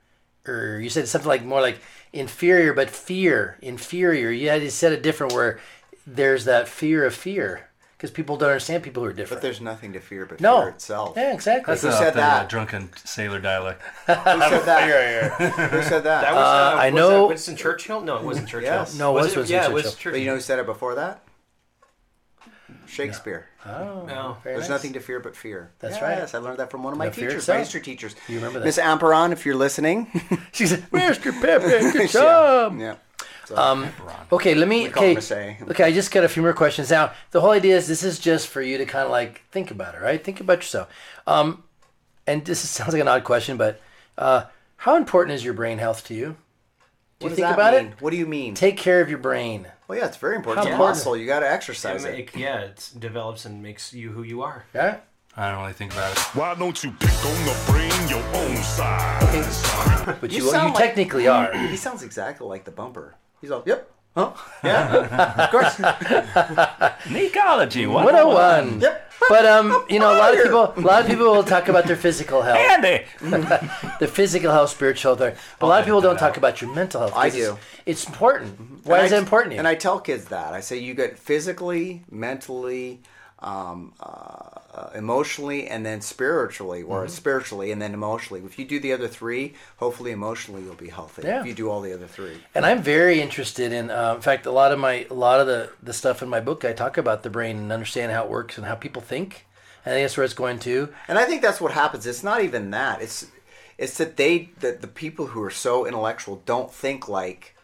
[SPEAKER 3] or you said something like more like inferior, but fear, inferior. You had you said it different where there's that fear of fear because people don't understand people who are different.
[SPEAKER 6] But there's nothing to fear but
[SPEAKER 3] No.
[SPEAKER 6] fear itself.
[SPEAKER 3] Yeah, exactly.
[SPEAKER 12] That's
[SPEAKER 3] Who
[SPEAKER 12] not
[SPEAKER 3] said
[SPEAKER 12] the
[SPEAKER 3] that?
[SPEAKER 12] drunken sailor dialect.
[SPEAKER 6] Who said that? Who said that?
[SPEAKER 8] That was, uh,
[SPEAKER 3] I
[SPEAKER 8] was
[SPEAKER 3] know-
[SPEAKER 8] that Winston Churchill. No, it wasn't Churchill.
[SPEAKER 6] Yes.
[SPEAKER 3] No, Oh, it was Winston
[SPEAKER 8] yeah, It was
[SPEAKER 3] Churchill.
[SPEAKER 8] Churchill.
[SPEAKER 6] But you know who said it before that? Shakespeare.
[SPEAKER 3] Oh,
[SPEAKER 8] No. very
[SPEAKER 6] There's
[SPEAKER 8] nice.
[SPEAKER 6] nothing to fear but fear.
[SPEAKER 3] That's
[SPEAKER 6] yes,
[SPEAKER 3] right.
[SPEAKER 6] Yes, I learned that from one of my
[SPEAKER 3] No fear
[SPEAKER 6] teachers,
[SPEAKER 3] itself.
[SPEAKER 6] my history teachers.
[SPEAKER 3] You remember that.
[SPEAKER 6] Miss Amperon, if you're listening.
[SPEAKER 3] she said, Mr. Pepe,
[SPEAKER 6] Yeah,
[SPEAKER 3] good job.
[SPEAKER 6] yeah. So,
[SPEAKER 3] Um, okay, let me.
[SPEAKER 6] We call it
[SPEAKER 3] Okay,
[SPEAKER 6] Miss A.
[SPEAKER 3] okay, I just got a few more questions. Now, the whole idea is this is just for you to kind of like think about it, right? Think about yourself. Um, and this is- sounds like an odd question, but uh, how important is your brain health to you? Do
[SPEAKER 6] What
[SPEAKER 3] you
[SPEAKER 6] does
[SPEAKER 3] think
[SPEAKER 6] that
[SPEAKER 3] about
[SPEAKER 6] mean?
[SPEAKER 3] it?
[SPEAKER 6] What do you mean?
[SPEAKER 3] Take care of your brain.
[SPEAKER 6] Well, yeah, it's very important.
[SPEAKER 3] How
[SPEAKER 6] It's a
[SPEAKER 3] important-
[SPEAKER 6] muscle. You got to exercise
[SPEAKER 8] It
[SPEAKER 6] it.
[SPEAKER 8] make- yeah, it develops and makes you who you are.
[SPEAKER 3] Yeah.
[SPEAKER 12] I don't really think about it.
[SPEAKER 27] Why don't you pick on the brain your own side?
[SPEAKER 3] But
[SPEAKER 6] You
[SPEAKER 3] you, you,
[SPEAKER 6] sound like-
[SPEAKER 3] technically are.
[SPEAKER 6] He sounds exactly like the bumper. He's all, yep. Huh? Yeah. of course.
[SPEAKER 12] Necology
[SPEAKER 3] 101. But um, you know, a lot of people, a lot of people will talk about their physical health.
[SPEAKER 12] Andy,
[SPEAKER 3] the physical health, spiritual health. But a lot of people don't talk about your mental health.
[SPEAKER 6] I
[SPEAKER 3] 'cause it's-
[SPEAKER 6] do.
[SPEAKER 3] It's important. Why
[SPEAKER 6] And
[SPEAKER 3] is
[SPEAKER 6] I-
[SPEAKER 3] it important? to you?
[SPEAKER 6] And I tell kids that. I say you get physically, mentally, um, uh, emotionally, and then spiritually, or
[SPEAKER 3] Mhm.
[SPEAKER 6] spiritually and then emotionally. If you do the other three, hopefully emotionally you'll be healthy.
[SPEAKER 3] Yeah.
[SPEAKER 6] If you do all the other three.
[SPEAKER 3] And I'm very interested in. Uh, in fact, a lot of my a lot of the the stuff in my book I talk about the brain and understand how it works and how people think. I think that's where it's going to.
[SPEAKER 6] And I think that's what happens. It's not even that. It's it's that they that the people who are so intellectual don't think like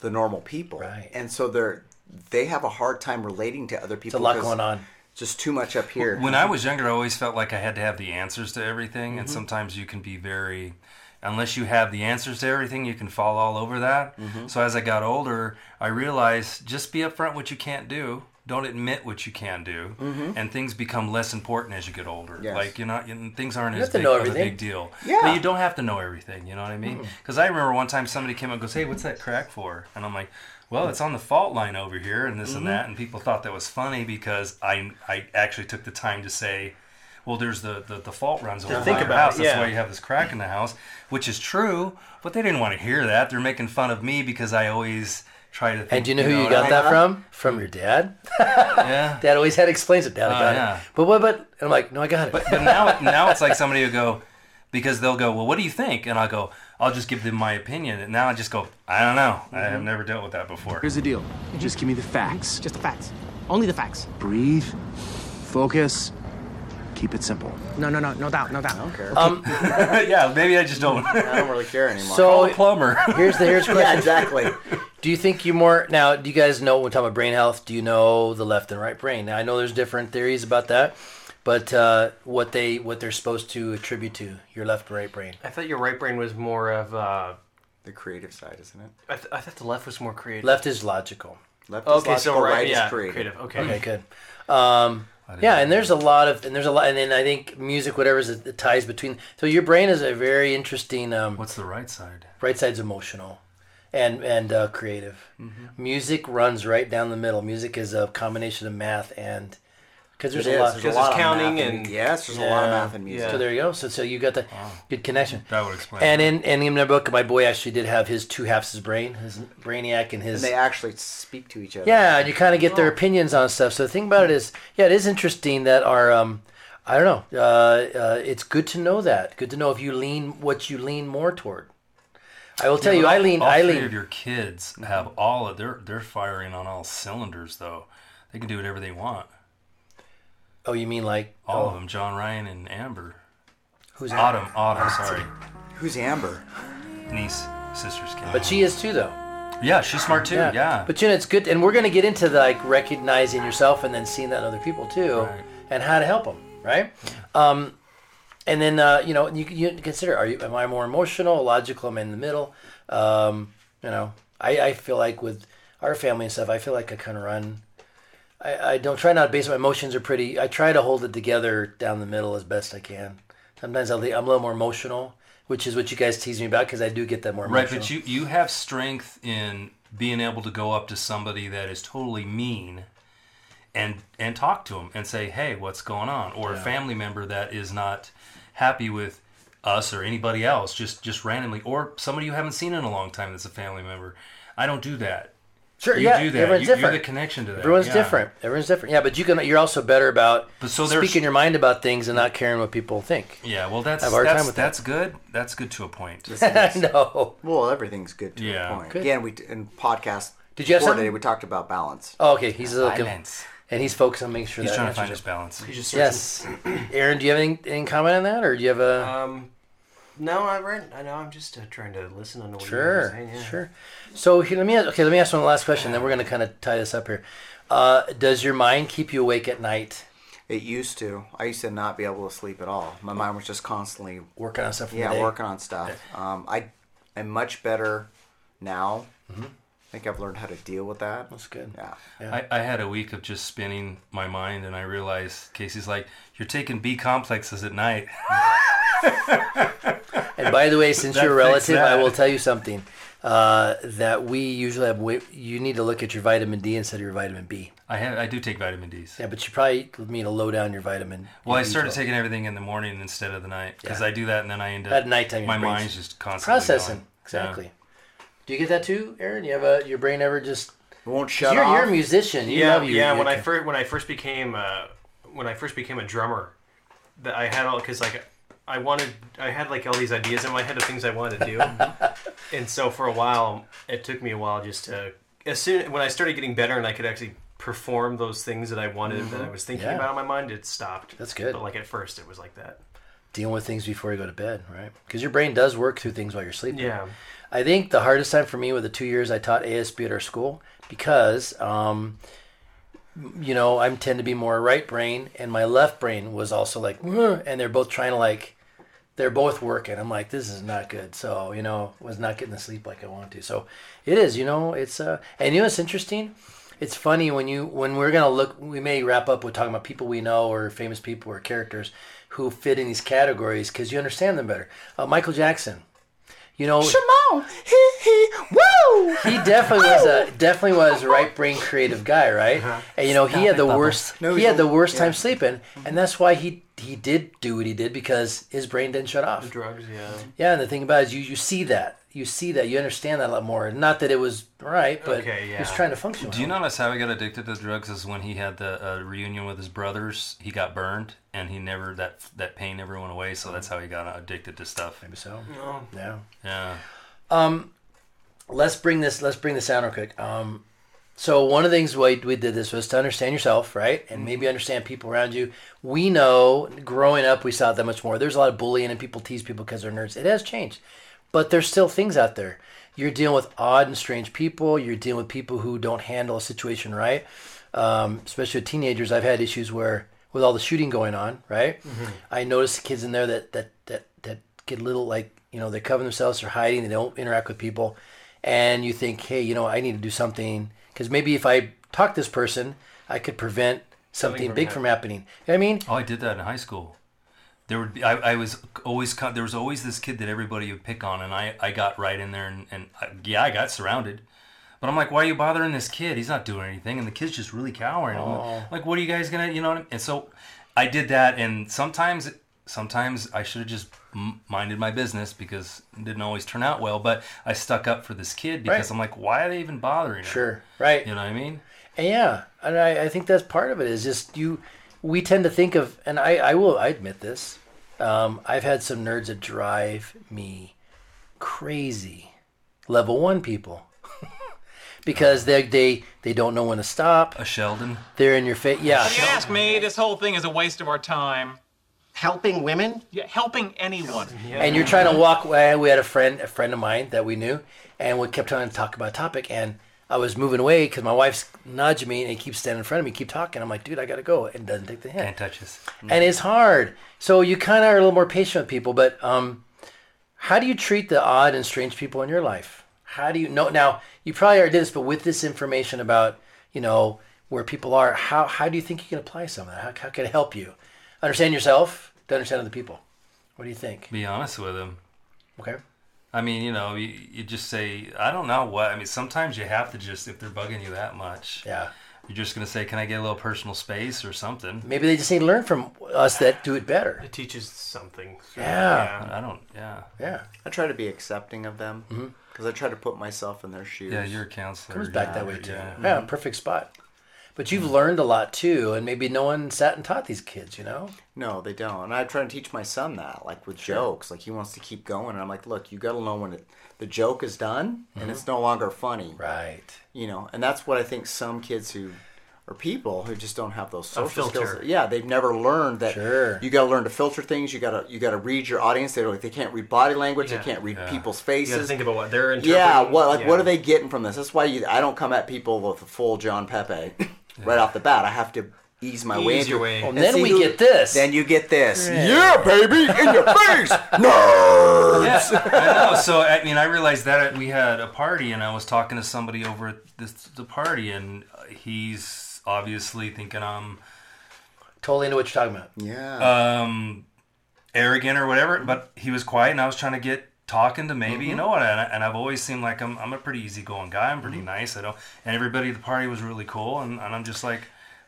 [SPEAKER 6] the normal people, right. and so they're they have a hard time relating to other people.
[SPEAKER 3] There's a lot
[SPEAKER 6] 'cause
[SPEAKER 3] going on.
[SPEAKER 6] Just too much up here.
[SPEAKER 12] When I was younger, I always felt like I had to have the answers to everything, and
[SPEAKER 6] Mhm.
[SPEAKER 12] sometimes you can be very, unless you have the answers to everything, you can fall all over that.
[SPEAKER 3] Mm-hmm.
[SPEAKER 6] Mhm.
[SPEAKER 12] So as I got older, I realized just be upfront what you can't do. Don't admit what you can do,
[SPEAKER 3] Mm-hmm.
[SPEAKER 6] Mhm.
[SPEAKER 12] and things become less important as you get older.
[SPEAKER 6] Yes.
[SPEAKER 12] Like you're not, you- things aren't
[SPEAKER 3] You
[SPEAKER 12] as
[SPEAKER 3] have to
[SPEAKER 12] big
[SPEAKER 3] know
[SPEAKER 12] of a
[SPEAKER 3] everything.
[SPEAKER 12] big deal.
[SPEAKER 3] Yeah.
[SPEAKER 12] But you don't have to know everything. You know what I mean?
[SPEAKER 8] Hmm.
[SPEAKER 3] Mm.
[SPEAKER 12] Because I remember one time somebody came up and goes, "Hey, what's that crack for?" And I'm like, "Well, it's on the fault line over here, and this
[SPEAKER 6] Mhm.
[SPEAKER 12] and
[SPEAKER 8] Mm-hmm.
[SPEAKER 12] that." And people thought that was funny because I I actually took the time to say, "Well, there's the the, the fault runs
[SPEAKER 8] To
[SPEAKER 12] over
[SPEAKER 8] think
[SPEAKER 12] think
[SPEAKER 8] about
[SPEAKER 12] house.
[SPEAKER 8] it,
[SPEAKER 12] That's
[SPEAKER 8] yeah.
[SPEAKER 12] why you have this crack in the house," which is true. But they didn't want to hear that. They're making fun of me because I always try to. Think,
[SPEAKER 3] And do you know who you
[SPEAKER 12] what
[SPEAKER 3] got
[SPEAKER 12] I-
[SPEAKER 3] that from? From your dad.
[SPEAKER 12] yeah.
[SPEAKER 3] Dad always had explains it. Dad, I
[SPEAKER 12] Oh,
[SPEAKER 3] got
[SPEAKER 12] yeah.
[SPEAKER 3] it. But what? But and I'm like, no, I got it.
[SPEAKER 12] But, but now, now it's like somebody will go because they'll go, well, what do you think? And I'll go, I'll just give them my opinion. And now I just go, I don't know. I have
[SPEAKER 8] Mm-hmm.
[SPEAKER 1] Mhm.
[SPEAKER 12] never dealt with that before.
[SPEAKER 1] Here's the deal. Just give me the facts. Just the facts. Only the facts. Breathe. Focus. Keep it simple. No, no, no, no doubt, no doubt. I don't care.
[SPEAKER 12] Um, yeah, maybe I just don't.
[SPEAKER 3] Mm-hmm.
[SPEAKER 12] Oh,
[SPEAKER 6] I don't really care anymore.
[SPEAKER 3] So
[SPEAKER 12] plumber.
[SPEAKER 3] Here's the here's the
[SPEAKER 6] Yeah,
[SPEAKER 3] question.
[SPEAKER 6] exactly.
[SPEAKER 3] Do you think you more now? Do you guys know when we're talking about brain health? Do you know the left and right brain? Now I know there's different theories about that, but uh, what they what they're supposed to attribute to your left and right brain.
[SPEAKER 8] I thought your right brain was more of uh,
[SPEAKER 6] the creative side, isn't it?
[SPEAKER 8] I, th- I thought the left was more creative.
[SPEAKER 3] Left is logical.
[SPEAKER 6] Left
[SPEAKER 8] is Okay, so logical, right- right is yeah, creative. creative, okay.
[SPEAKER 3] Okay. Good. Um, yeah, and there's a lot of and there's a lot and then I think music, whatever is the ties between. So your brain is a very interesting. Um,
[SPEAKER 12] What's the right side?
[SPEAKER 3] Right side's emotional, and and uh, creative.
[SPEAKER 6] Mm-hmm.
[SPEAKER 3] Music runs right down the middle. Music is a combination of math and because there's a
[SPEAKER 6] It is.
[SPEAKER 3] lot.
[SPEAKER 6] There's a 'Cause lot it's of counting math in and- mu- yes, there's a lot of
[SPEAKER 3] Yeah.
[SPEAKER 6] math in music.
[SPEAKER 3] So there you go. So so you got that good connection.
[SPEAKER 12] That would explain.
[SPEAKER 3] And in and in the book, my boy actually did have his two halves of his brain, his brainiac and
[SPEAKER 6] And
[SPEAKER 3] his
[SPEAKER 6] they Oh. actually speak to each other.
[SPEAKER 3] yeah, and you kind of get their opinions on stuff. So the thing about it is, yeah, it is interesting that our, um, I don't know, uh, uh, it's good to know that. Good to know if you lean what you lean more toward. I will tell
[SPEAKER 12] Yeah,
[SPEAKER 3] you,
[SPEAKER 12] but
[SPEAKER 3] I
[SPEAKER 12] all-
[SPEAKER 3] lean,
[SPEAKER 12] All
[SPEAKER 3] I
[SPEAKER 12] three
[SPEAKER 3] lean.
[SPEAKER 12] of your kids have all of their. They're firing on all cylinders, though. They can do whatever they want.
[SPEAKER 3] Oh, you mean like
[SPEAKER 12] all
[SPEAKER 3] oh.
[SPEAKER 12] of them? John Ryan and Amber.
[SPEAKER 3] Who's
[SPEAKER 12] Autumn?
[SPEAKER 3] Amber?
[SPEAKER 12] Autumn. Sorry.
[SPEAKER 6] Who's Amber?
[SPEAKER 12] Niece, sister's kid.
[SPEAKER 3] But she is too, though.
[SPEAKER 12] Yeah, she's smart too. Yeah.
[SPEAKER 3] But you know, it's good, and we're going to get into like recognizing yourself and then seeing that in other people too, and how to help them, right? Um, and then uh, you know, you, you consider: Are you am I more emotional, logical? I'm in the middle. Um, you know, I, I feel like with our family and stuff, I feel like I kind of run. I, I don't try not to base my emotions are pretty. I try to hold it together down the middle as best I can. Sometimes I'll, be- I'm a little more emotional, which is what you guys tease me about because I do get that more emotional.
[SPEAKER 12] Right, but you you have strength in being able to go up to somebody that is totally mean and and talk to them and say, "Hey, what's going on?" or a
[SPEAKER 3] Yeah.
[SPEAKER 12] family member that is not happy with us or anybody else just just randomly or somebody you haven't seen in a long time that's a family member. I don't do that.
[SPEAKER 3] Sure,
[SPEAKER 12] you
[SPEAKER 3] yeah,
[SPEAKER 12] do that.
[SPEAKER 3] everyone's
[SPEAKER 12] you,
[SPEAKER 3] different.
[SPEAKER 12] You're the connection to that.
[SPEAKER 3] Everyone's
[SPEAKER 12] yeah.
[SPEAKER 3] different. Everyone's different. Yeah, but you can. You're also better about
[SPEAKER 12] But so there's-
[SPEAKER 3] speaking your mind about things and not caring what people think.
[SPEAKER 12] Yeah, well, that's
[SPEAKER 3] I have a hard
[SPEAKER 12] that's,
[SPEAKER 3] time with that.
[SPEAKER 12] that's good. That's good to a point.
[SPEAKER 3] no.
[SPEAKER 6] Well, everything's good to
[SPEAKER 12] Yeah.
[SPEAKER 6] a point.
[SPEAKER 12] Good.
[SPEAKER 6] Again, we in podcast.
[SPEAKER 3] Did you have
[SPEAKER 6] before
[SPEAKER 3] something?
[SPEAKER 6] today, We talked about balance.
[SPEAKER 3] Oh, okay. He's looking,
[SPEAKER 6] Balance.
[SPEAKER 3] and he's focused on making sure
[SPEAKER 12] He's
[SPEAKER 3] that
[SPEAKER 12] trying to find
[SPEAKER 3] answers
[SPEAKER 12] his
[SPEAKER 3] it.
[SPEAKER 12] balance. He's just
[SPEAKER 3] yes. Aaron, do you have any, any comment on that, or do you have a?
[SPEAKER 8] Um, no, I read. I know. I'm just uh, trying to listen to what you're
[SPEAKER 3] Sure,
[SPEAKER 8] saying. Yeah.
[SPEAKER 3] sure. So here, let me ask, okay. Let me ask one last question. Then we're going to kind of tie this up here. Uh, does your mind keep you awake at night?
[SPEAKER 6] It used to. I used to not be able to sleep at all. My mind was just constantly
[SPEAKER 3] Working on stuff for the
[SPEAKER 6] Yeah,
[SPEAKER 3] day.
[SPEAKER 6] working on stuff. Um, I am much better now.
[SPEAKER 3] Mm-hmm.
[SPEAKER 6] I think I've learned how to deal with that. That's
[SPEAKER 3] good.
[SPEAKER 6] Yeah.
[SPEAKER 12] I, I had a week of just spinning my mind, and I realized Casey's like, "You're taking B complexes at night."
[SPEAKER 3] And by the way, since
[SPEAKER 12] That
[SPEAKER 3] you're a
[SPEAKER 12] fixed
[SPEAKER 3] relative, I
[SPEAKER 12] that.
[SPEAKER 3] will tell you something. Uh, that we usually have. wa- You need to look at your vitamin D instead of your vitamin B.
[SPEAKER 12] I have, I do take vitamin D's.
[SPEAKER 3] Yeah, but you probably need to low down your vitamin.
[SPEAKER 12] Well, I
[SPEAKER 3] B12.
[SPEAKER 12] started taking everything in the morning instead of the night because
[SPEAKER 3] Yeah.
[SPEAKER 12] I do that, and then I end up
[SPEAKER 3] At nighttime, your
[SPEAKER 12] My
[SPEAKER 3] brain's
[SPEAKER 12] mind's just constantly
[SPEAKER 3] processing.
[SPEAKER 12] going.
[SPEAKER 3] Exactly.
[SPEAKER 12] Yeah.
[SPEAKER 3] Do you get that too, Aaron? You have a your brain ever just
[SPEAKER 6] won't
[SPEAKER 8] shut
[SPEAKER 3] you're, You're a
[SPEAKER 8] off?
[SPEAKER 3] musician. You
[SPEAKER 8] yeah,
[SPEAKER 3] love your
[SPEAKER 8] yeah.
[SPEAKER 3] your-
[SPEAKER 8] When I first when I first became uh, when I first became a drummer, that I had all because like I wanted I had like all these ideas in my head of things I wanted to do, and so for a while it took me a while just to as soon when I started getting better and I could actually pr- perform those things that I wanted that I
[SPEAKER 3] Mhm.
[SPEAKER 8] was thinking
[SPEAKER 3] Yeah.
[SPEAKER 8] about in my mind, it stopped.
[SPEAKER 3] That's good.
[SPEAKER 8] But like at first, it was like that.
[SPEAKER 3] dealing with things before you go to bed, right? Because your brain does work through things while you're sleeping.
[SPEAKER 8] Yeah.
[SPEAKER 3] I think the hardest time for me were the two years I taught ASB at our school because, um, you know, I tend to be more right brain, and my left brain was also like, "Wah," and they're both trying to like, they're both working. I'm like, this is not good. So you know, was not getting the sleep like I wanted to. So it is, you know, it's uh, and you know, it's interesting. It's funny when you when we're gonna look, we may wrap up with talking about people we know or famous people or characters who fit in these categories because you understand them better. Uh, Michael Jackson, you know,
[SPEAKER 2] Shimon, he he, woo!
[SPEAKER 3] he definitely was a definitely was a right brain creative guy, right?
[SPEAKER 8] Uh-huh.
[SPEAKER 3] And you know he
[SPEAKER 6] Stop
[SPEAKER 3] had
[SPEAKER 6] it,
[SPEAKER 3] the
[SPEAKER 6] Bubba.
[SPEAKER 3] worst
[SPEAKER 6] No,
[SPEAKER 3] he
[SPEAKER 6] he's
[SPEAKER 3] had
[SPEAKER 6] a-
[SPEAKER 3] the worst
[SPEAKER 6] yeah.
[SPEAKER 3] time sleeping, and that's why he he did do what he did because his brain didn't shut off.
[SPEAKER 8] drugs, yeah.
[SPEAKER 3] Yeah, and the thing about it is you you see that you see that you understand that a lot more. Not that it was right, but he was trying to function.
[SPEAKER 12] Do you notice how he got addicted to drugs? Is when he had the uh, reunion with his brothers, he got burned, and he never that that pain never went away.
[SPEAKER 3] Mm-hmm.
[SPEAKER 12] So that's how he got addicted to stuff.
[SPEAKER 3] Maybe so.
[SPEAKER 8] No.
[SPEAKER 3] Yeah.
[SPEAKER 12] Yeah.
[SPEAKER 3] Um, let's bring this. Let's bring this down real quick. Um, so one of the things why we did this was to understand yourself, right, and maybe understand people around you. We know growing up, we saw it that much more. There's a lot of bullying and people tease people because they're nerds. It has changed, but there's still things out there. You're dealing with odd and strange people. You're dealing with people who don't handle a situation right. Um, especially with teenagers, I've had issues where with all the shooting going on, right?
[SPEAKER 2] Mhm.
[SPEAKER 3] I notice the kids in there that that that that get a little like you know they cover themselves, they're hiding, they don't interact with people, and you think, hey, you know, I need to do something because maybe if I talk to this person, I could prevent something,
[SPEAKER 12] from
[SPEAKER 3] big
[SPEAKER 12] hap-
[SPEAKER 3] from happening. You know what I mean?
[SPEAKER 12] Oh, I did that in high school. There would be I, I was always con- there was always this kid that everybody would pick on, and I I got right in there and and I, yeah I got surrounded, but I'm like, why are you bothering this kid? He's not doing anything, and the kid's just really cowering. I'm
[SPEAKER 3] Oh.
[SPEAKER 12] like, what are you guys gonna you know? What I mean? And so I did that, and sometimes sometimes I should have just m- minded my business because it didn't always turn out well, but I stuck up for this kid because
[SPEAKER 3] Right.
[SPEAKER 12] I'm like, why are they even bothering? her?
[SPEAKER 3] Sure, right.
[SPEAKER 12] You know what I mean?
[SPEAKER 3] And yeah, and I, I think that's part of it is just you. We tend to think of, and I, I will, I admit this. Um, I've had some nerds that drive me crazy. Level one people, because they they they don't know when to stop.
[SPEAKER 12] A Sheldon.
[SPEAKER 3] They're in your face. Yeah.
[SPEAKER 4] If you ask me, this whole thing is a waste of our time. Helping women? Yeah, helping anyone.
[SPEAKER 3] and you're trying to walk away. We had a friend, a friend of mine that we knew, and we kept trying to talk about a topic. And I was moving away because my wife's nudging me, and he keeps standing in front of me, keep talking. I'm like, dude, I gotta go, and doesn't take the hint.
[SPEAKER 12] Can't touch us.
[SPEAKER 3] And it's hard. So you kind of are a little more patient with people. But um, how do you treat the odd and strange people in your life? How do you know? Now you probably already did this, but with this information about you know where people are, how how do you think you can apply some of that? How, how can it help you understand yourself to understand other people? What do you think?
[SPEAKER 12] Be honest with him.
[SPEAKER 3] Okay.
[SPEAKER 12] I mean, you know, you, you just say, I don't know what. I mean, sometimes you have to just, if they're bugging you that much,
[SPEAKER 3] yeah,
[SPEAKER 12] you're just going to say, can I get a little personal space or something?
[SPEAKER 3] Maybe they just need to learn from us that do it better.
[SPEAKER 8] It teaches something.
[SPEAKER 3] Yeah.
[SPEAKER 12] I don't. Yeah.
[SPEAKER 3] Yeah.
[SPEAKER 6] I try to be accepting of them
[SPEAKER 3] Mhm.
[SPEAKER 6] because I try to put myself in their shoes.
[SPEAKER 12] Yeah, you're a counselor.
[SPEAKER 3] Comes back that way too. Yeah,
[SPEAKER 6] yeah.
[SPEAKER 8] Mm-hmm.
[SPEAKER 3] perfect spot. But you've learned a lot too, and maybe no one sat and taught these kids, you know?
[SPEAKER 6] No, they don't. And I try to teach my son that, like with jokes. Like he wants to keep going, and I'm like, look, you got to know when it, the joke is done
[SPEAKER 3] Mhm.
[SPEAKER 6] and it's no longer funny.
[SPEAKER 3] Right.
[SPEAKER 6] You know, and that's what I think some kids who or people who just don't have those
[SPEAKER 3] A
[SPEAKER 6] social skills.
[SPEAKER 3] filter.
[SPEAKER 6] Yeah, they've never learned that you got to learn to filter things. You got to you got to read your audience. They like they can't read body language.
[SPEAKER 8] Yeah.
[SPEAKER 6] They can't read
[SPEAKER 8] Yeah.
[SPEAKER 6] people's
[SPEAKER 8] You gotta
[SPEAKER 6] faces.
[SPEAKER 8] think about what they're
[SPEAKER 6] Yeah,
[SPEAKER 8] interpreting.
[SPEAKER 6] what like what
[SPEAKER 8] Yeah.
[SPEAKER 6] are they getting from this? That's why you, I don't come at people with a full John Pepe right off the bat. I have to ease my way
[SPEAKER 8] Ease
[SPEAKER 6] into
[SPEAKER 8] your
[SPEAKER 6] it.
[SPEAKER 8] way. Well,
[SPEAKER 6] And
[SPEAKER 8] then
[SPEAKER 6] see
[SPEAKER 8] we
[SPEAKER 6] who-
[SPEAKER 8] get this.
[SPEAKER 6] Then you get this.
[SPEAKER 8] Yeah.
[SPEAKER 6] Yeah, baby, in your face, nerds.
[SPEAKER 12] I know. So I mean, I realized that we had a party, and I was talking to somebody over at this, the party, and uh, he's obviously thinking I'm
[SPEAKER 3] Totally know what you're talking about.
[SPEAKER 6] Yeah.
[SPEAKER 12] um, arrogant or whatever. But he was quiet, and I was trying to get talking to maybe you
[SPEAKER 3] Mm-hmm.
[SPEAKER 6] Mhm.
[SPEAKER 12] know what. And, I, and I've always seemed like I'm I'm a pretty easygoing guy. I'm
[SPEAKER 3] Mm-hmm.
[SPEAKER 12] pretty nice. I don't. And everybody at the party was really cool, and, and I'm just like.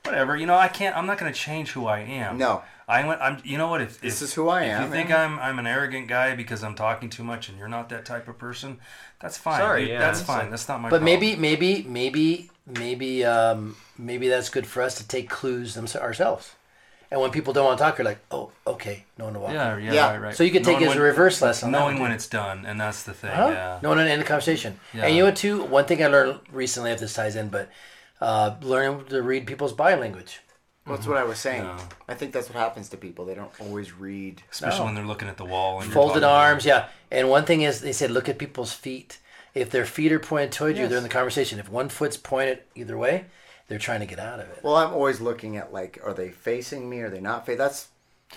[SPEAKER 12] Whatever, you know, I can't. I'm not going to change who I am.
[SPEAKER 6] No.
[SPEAKER 12] I went. I'm. You know what? If this
[SPEAKER 6] is who I
[SPEAKER 12] if
[SPEAKER 6] am,
[SPEAKER 12] you think
[SPEAKER 6] yeah.
[SPEAKER 12] I'm I'm an arrogant guy because I'm talking too much, and you're not that type of person. That's fine.
[SPEAKER 3] Sorry,
[SPEAKER 12] dude.
[SPEAKER 3] yeah,
[SPEAKER 12] that's
[SPEAKER 3] it's
[SPEAKER 12] fine.
[SPEAKER 3] like-
[SPEAKER 12] that's not my.
[SPEAKER 3] But
[SPEAKER 12] problem.
[SPEAKER 3] maybe, maybe, maybe, maybe, um, maybe that's good for us to take clues them- ourselves. And when people don't want to talk, you're like, oh, okay, no one to walk.
[SPEAKER 12] Yeah, yeah, right, right.
[SPEAKER 3] So you can take
[SPEAKER 12] Knowing
[SPEAKER 3] it as a
[SPEAKER 12] when-
[SPEAKER 3] reverse lesson. on that
[SPEAKER 12] knowing
[SPEAKER 3] one,
[SPEAKER 12] when
[SPEAKER 3] too.
[SPEAKER 12] it's done, and that's the thing.
[SPEAKER 3] Huh?
[SPEAKER 12] Yeah.
[SPEAKER 3] No one to end the conversation.
[SPEAKER 12] Yeah.
[SPEAKER 3] And you know what, too? One thing I learned recently, if this ties in, but uh, learning to read people's body language.
[SPEAKER 6] Well, that's what I was saying. I think that's what happens to people. They don't always read,
[SPEAKER 3] Especially No. when
[SPEAKER 12] they're looking at the wall. And
[SPEAKER 3] Folded arms, yeah. And one thing is, they said look at people's feet. If their feet are pointed toward you,
[SPEAKER 6] Yes.
[SPEAKER 3] they're in the conversation. If one foot's pointed either way, they're trying to get out of it.
[SPEAKER 6] Well, I'm always looking at like, are they facing me? Are they not facing? That's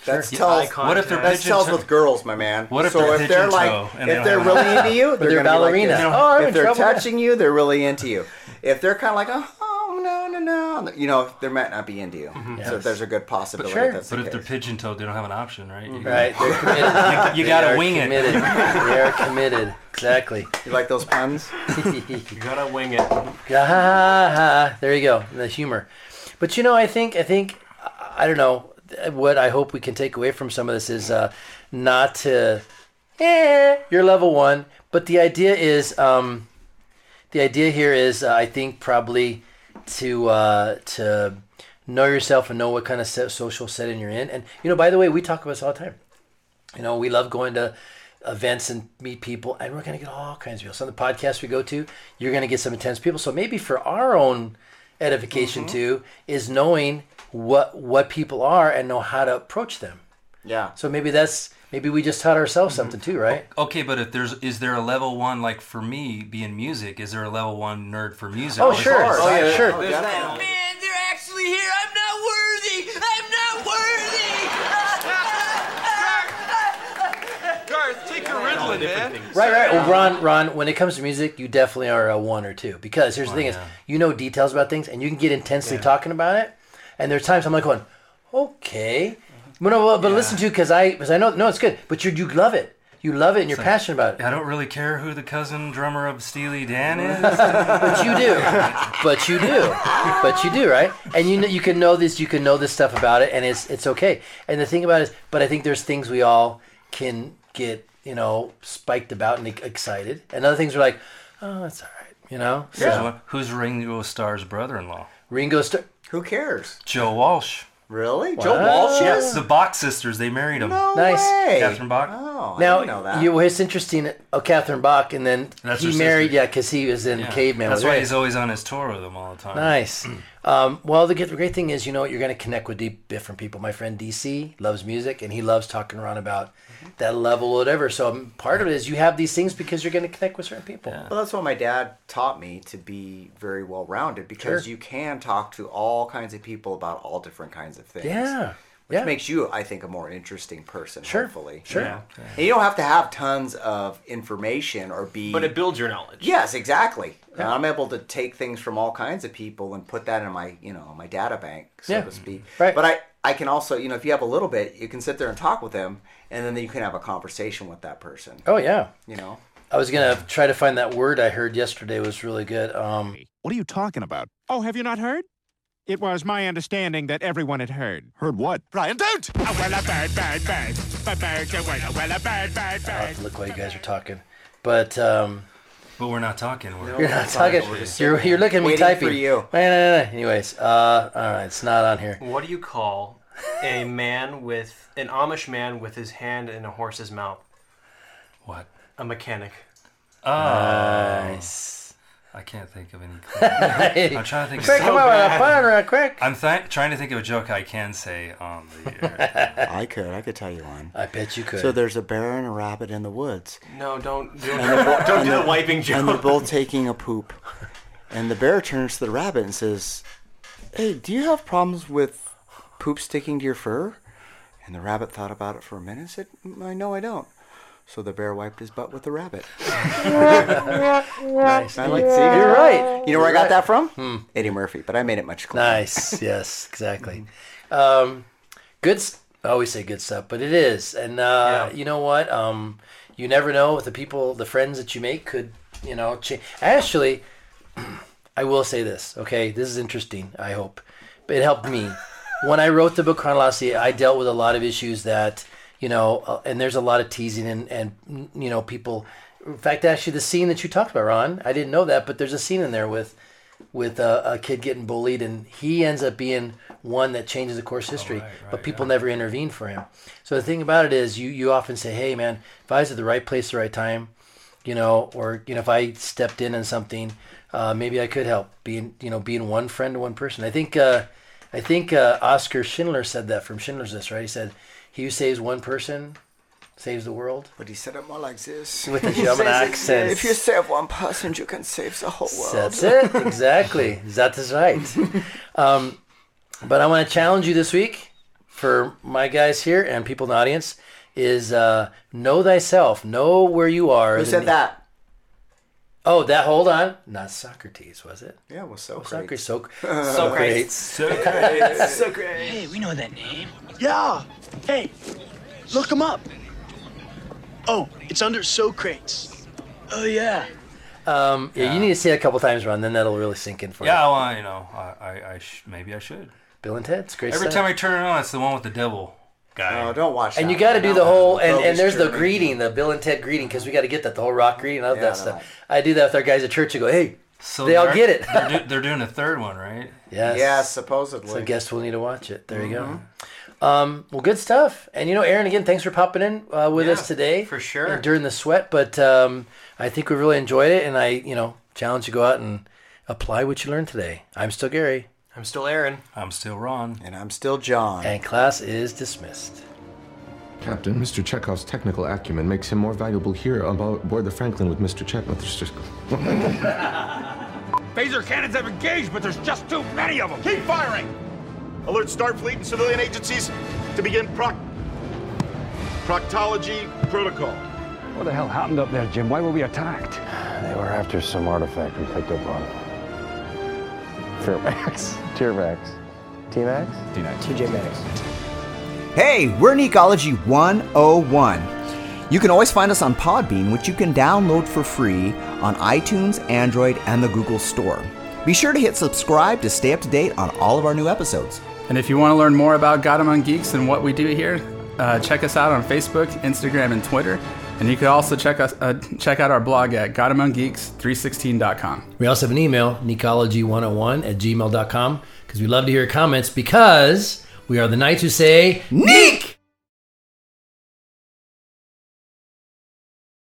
[SPEAKER 6] that's
[SPEAKER 3] Sure.
[SPEAKER 6] tells.
[SPEAKER 3] Eye contact. What if they're
[SPEAKER 6] that
[SPEAKER 3] pigeon
[SPEAKER 6] tells
[SPEAKER 3] toe-
[SPEAKER 6] with girls, my man?
[SPEAKER 3] What if
[SPEAKER 6] so
[SPEAKER 3] they're
[SPEAKER 6] if they're
[SPEAKER 3] pigeon
[SPEAKER 6] like,
[SPEAKER 3] toe and they
[SPEAKER 6] if they're
[SPEAKER 3] don't
[SPEAKER 6] really
[SPEAKER 3] have-
[SPEAKER 6] into you,
[SPEAKER 3] But
[SPEAKER 6] they're,
[SPEAKER 3] they're
[SPEAKER 6] gonna be like
[SPEAKER 3] ballerina.
[SPEAKER 6] this.
[SPEAKER 3] Oh, I'm
[SPEAKER 6] if
[SPEAKER 3] in
[SPEAKER 6] they're
[SPEAKER 3] trouble now.
[SPEAKER 6] touching you, they're really into you. If they're kind of like, oh, oh, no, no, no, you know, they might not be into you.
[SPEAKER 3] Mm-hmm.
[SPEAKER 12] Mhm.
[SPEAKER 6] So
[SPEAKER 12] Yes.
[SPEAKER 6] there's a good possibility. That's
[SPEAKER 12] but
[SPEAKER 6] the
[SPEAKER 12] if they're
[SPEAKER 6] case.
[SPEAKER 12] pigeon toed, they don't have an option, right? You
[SPEAKER 6] Right,
[SPEAKER 12] gotta-
[SPEAKER 6] they're committed.
[SPEAKER 12] you, you
[SPEAKER 6] They
[SPEAKER 12] gotta
[SPEAKER 6] are
[SPEAKER 12] wing
[SPEAKER 3] committed.
[SPEAKER 12] it.
[SPEAKER 3] They are committed. Exactly.
[SPEAKER 6] You like those puns?
[SPEAKER 3] you gotta wing it. Ah, There you go. The humor. But you know, I think I think I- I don't know what I hope we can take away from some of this is uh, not to eh, you're level one, but the idea is um, the idea here is uh, I think probably to uh, to know yourself and know what kind of se- social setting you're in. And you know, by the way, we talk about this all the time. You know, we love going to events and meet people, and we're going to get all kinds of people. Some of the podcasts we go to, you're going to get some intense people. So maybe for our own edification too, is knowing what what people are and know how to approach them.
[SPEAKER 6] Yeah.
[SPEAKER 3] So maybe that's maybe we just taught ourselves something too, right?
[SPEAKER 12] Okay, but if there's is there a level one like for me being music? Is there a level one nerd for music?
[SPEAKER 3] Oh,
[SPEAKER 12] Like,
[SPEAKER 3] sure. Oh, yeah, sure.
[SPEAKER 12] There's
[SPEAKER 3] There's
[SPEAKER 12] that.
[SPEAKER 2] Man, they're actually here. I'm not worthy. I'm not worthy.
[SPEAKER 7] Garth, take your Ritalin, man.
[SPEAKER 3] Right, right. Well, Ron, Ron, when it comes to music, you definitely are a one or two because here's the thing: is you know details about things, and you can get intensely talking about it. And there's times I'm like going, okay, but, no, but- but listen to because I because I know no, it's good, but you you love it, you love it, and you're
[SPEAKER 12] It's like,
[SPEAKER 3] passionate about it.
[SPEAKER 12] I don't really care who the cousin drummer of Steely Dan is.
[SPEAKER 3] but you do. But you do. But you do, right? And you know, you can know this. You can know this stuff about it, and it's it's okay. And the thing about it is, but I think there's things we all can get you know spiked about and excited, and other things are like, oh, that's all right, you know.
[SPEAKER 12] Here's one. Who's Ringo Starr's brother-in-law?
[SPEAKER 3] Ringo Starr.
[SPEAKER 6] Who cares?
[SPEAKER 12] Joe Walsh.
[SPEAKER 6] Really?
[SPEAKER 3] Joe Walsh
[SPEAKER 12] Yes,
[SPEAKER 3] is?
[SPEAKER 12] the Bach sisters. They married him.
[SPEAKER 3] Nice. way.
[SPEAKER 12] Catherine Bach.
[SPEAKER 6] Oh,
[SPEAKER 3] now you well, it's interesting. Oh, Catherine Bach, and then
[SPEAKER 12] That's
[SPEAKER 3] he
[SPEAKER 12] her
[SPEAKER 3] married, yeah, because he was in Caveman.
[SPEAKER 12] That's
[SPEAKER 3] with
[SPEAKER 12] why
[SPEAKER 3] Ray.
[SPEAKER 12] he's always on his tour with them all the time.
[SPEAKER 3] Nice. Um, well, the, good- the great thing is, you know, you're going to connect with deep, different people. My friend DC loves music, and he loves talking around about that level or whatever. So um, part of it is you have these things because you're going to connect with certain people.
[SPEAKER 6] Well, that's what my dad taught me to be very well rounded because
[SPEAKER 3] Sure.
[SPEAKER 6] you can talk to all kinds of people about all different kinds of things.
[SPEAKER 3] Yeah,
[SPEAKER 6] Which
[SPEAKER 3] yeah.
[SPEAKER 6] makes you, I think, a more interesting person, sure. hopefully.
[SPEAKER 3] sure.
[SPEAKER 6] Yeah.
[SPEAKER 3] Yeah.
[SPEAKER 6] And you don't have to have tons of information or be.
[SPEAKER 8] But it builds your knowledge.
[SPEAKER 6] Yes, exactly. And I'm able to take things from all kinds of people and put that in my, you know, my data bank, so
[SPEAKER 3] Yeah. Mm-hmm.
[SPEAKER 6] to speak.
[SPEAKER 3] Right.
[SPEAKER 6] But I, I can also, you know, if you have a little bit, you can sit there and talk with them, and then you can have a conversation with that person.
[SPEAKER 3] Oh, yeah.
[SPEAKER 6] You know.
[SPEAKER 3] I was going to try to find that word I heard yesterday was really good. Um,
[SPEAKER 9] What are you talking about? Oh, have you not heard? It was my understanding that everyone had heard. Heard what? Brian, don't! Oh, well, a bird, bird, bird. But bird, oh, well, well, a bird, bird,
[SPEAKER 3] I'll have to look while you guys are talking. But um,
[SPEAKER 12] but we're not talking. We're,
[SPEAKER 3] you're not talking. You're, you're looking at me
[SPEAKER 8] Waiting for
[SPEAKER 3] typing.
[SPEAKER 8] you.
[SPEAKER 3] Nah, nah, nah. Anyways, uh, all right, it's not on here.
[SPEAKER 8] What do you call a man with an Amish man with his hand in a horse's mouth?
[SPEAKER 12] What?
[SPEAKER 8] A mechanic.
[SPEAKER 12] Nice. I can't think of any. clue. I'm trying to think. of
[SPEAKER 3] Quick, come on,
[SPEAKER 12] bad.
[SPEAKER 3] I'm fine real quick.
[SPEAKER 12] I'm th- trying to think of a joke I can say on the air.
[SPEAKER 6] I could. I could tell you one.
[SPEAKER 3] I bet you could.
[SPEAKER 6] So there's a bear and a rabbit in the woods.
[SPEAKER 8] No, don't don't,
[SPEAKER 6] And they're bo-
[SPEAKER 8] don't
[SPEAKER 6] and
[SPEAKER 8] do the
[SPEAKER 6] they're-
[SPEAKER 8] wiping
[SPEAKER 6] And they're
[SPEAKER 8] joke.
[SPEAKER 6] both taking a poop. And the bear turns to the rabbit and says, Hey, do you have problems with poop sticking to your fur? And the rabbit thought about it for a minute and said, "Mm, I know I don't. So the bear wiped his butt with the rabbit.
[SPEAKER 2] Nice.
[SPEAKER 6] I like see.
[SPEAKER 2] You're
[SPEAKER 3] right.
[SPEAKER 6] You know
[SPEAKER 3] You're
[SPEAKER 6] where I got
[SPEAKER 3] right.
[SPEAKER 6] that from?
[SPEAKER 8] Hmm.
[SPEAKER 6] Eddie Murphy, but I made it much clearer.
[SPEAKER 3] Nice. Yes, exactly. Um, good. s I I always say good stuff, but it is. And uh, you know what? Um, you never know with the people, the friends that you make could, you know, change. Actually, I will say this. Okay, this is interesting. I hope it helped me when I wrote the book Chronology. I dealt with a lot of issues that you know, uh, and there's a lot of teasing and and you know people. In fact, actually, the scene that you talked about, Ron, I didn't know that, but there's a scene in there with with a, a kid getting bullied, and he ends up being one that changes the course history. but people never intervene for him. So the thing about it is, you you often say, "Hey, man, if I was at the right place, at the right time, you know, or you know, if I stepped in on something, uh, maybe I could help being you know being one friend to one person. I think uh, I think uh, Oscar Schindler said that from Schindler's List, right? He said, "He who saves one person saves the world."
[SPEAKER 28] But he said it more like this.
[SPEAKER 3] With a
[SPEAKER 28] He
[SPEAKER 3] German
[SPEAKER 28] says it-
[SPEAKER 3] accent.
[SPEAKER 28] If you save one person, you can save the whole world.
[SPEAKER 3] That's it. Exactly. that is right. Um, but I want to challenge you this week for my guys here and people in the audience is uh, know thyself. Know where you are.
[SPEAKER 28] Who
[SPEAKER 3] The-
[SPEAKER 28] said that?
[SPEAKER 3] Oh, that. Hold on. Not Socrates, was it?
[SPEAKER 28] Yeah, well, so
[SPEAKER 3] Socrates. Soc-
[SPEAKER 28] Socrates.
[SPEAKER 3] Socrates.
[SPEAKER 29] Hey, we know that name. Yeah. Hey, look him up. Oh, it's under Socrates. Oh yeah.
[SPEAKER 3] Um, yeah, you need to see it a couple times, Ron. Then that'll really sink in for you.
[SPEAKER 12] Yeah, well, I- you know, I, I, I sh- maybe I should.
[SPEAKER 3] Bill and Ted's great
[SPEAKER 12] Every
[SPEAKER 3] stuff.
[SPEAKER 12] time I turn it on, it's the one with the devil guy.
[SPEAKER 6] Oh,
[SPEAKER 28] No, don't watch.
[SPEAKER 3] and you got to do the whole and, and there's the greeting, the Bill and Ted greeting, because we got to get that the whole rock greeting. I love
[SPEAKER 12] Yeah,
[SPEAKER 3] that
[SPEAKER 12] no,
[SPEAKER 3] stuff. I do that with our guys at church. I go, hey, so they all
[SPEAKER 12] they're-
[SPEAKER 3] get it.
[SPEAKER 12] they're, do- they're doing a third one, right?
[SPEAKER 3] Yes.
[SPEAKER 28] supposedly.
[SPEAKER 3] So I guess we'll need to watch it. There you
[SPEAKER 30] Mm-hmm.
[SPEAKER 3] go. Um, well, good stuff. And you know, Aaron, again, thanks for popping in uh, with us today for sure during the sweat. But um, I think we really enjoyed it, and I, you know, challenge you to go out and apply what you learned today. I'm still Gary.
[SPEAKER 30] I'm still Aaron.
[SPEAKER 12] I'm still Ron.
[SPEAKER 28] And I'm still John.
[SPEAKER 3] And class is dismissed.
[SPEAKER 15] Captain, Mr. Chekhov's technical acumen makes him more valuable here aboard the Franklin with Mr. Chek. with Mr.
[SPEAKER 31] Phaser cannons have engaged, but there's just too many of them. Keep firing!
[SPEAKER 32] Alert Starfleet and civilian agencies to begin proc- proctology protocol.
[SPEAKER 33] What the hell happened up there, Jim? Why were we attacked?
[SPEAKER 34] They were after some artifact we picked up on. Fairfax. Fairfax.
[SPEAKER 35] T-Max?
[SPEAKER 33] T-Max.
[SPEAKER 35] TJ Max.
[SPEAKER 6] Hey, we're Necology 101. You can always find us on Podbean, which you can download for free on iTunes, Android, and the Google Store. Be sure to hit subscribe to stay up to date on all of our new episodes.
[SPEAKER 18] And if you want to learn more about God Among Geeks and what we do here, uh, check us out on Facebook, Instagram, and Twitter. And you can also check us uh, check out our blog at GodAmongGeeks316.com.
[SPEAKER 3] We also have an email, necology101 at gmail.com, because we love to hear your comments because we are the Knights who say, Neek!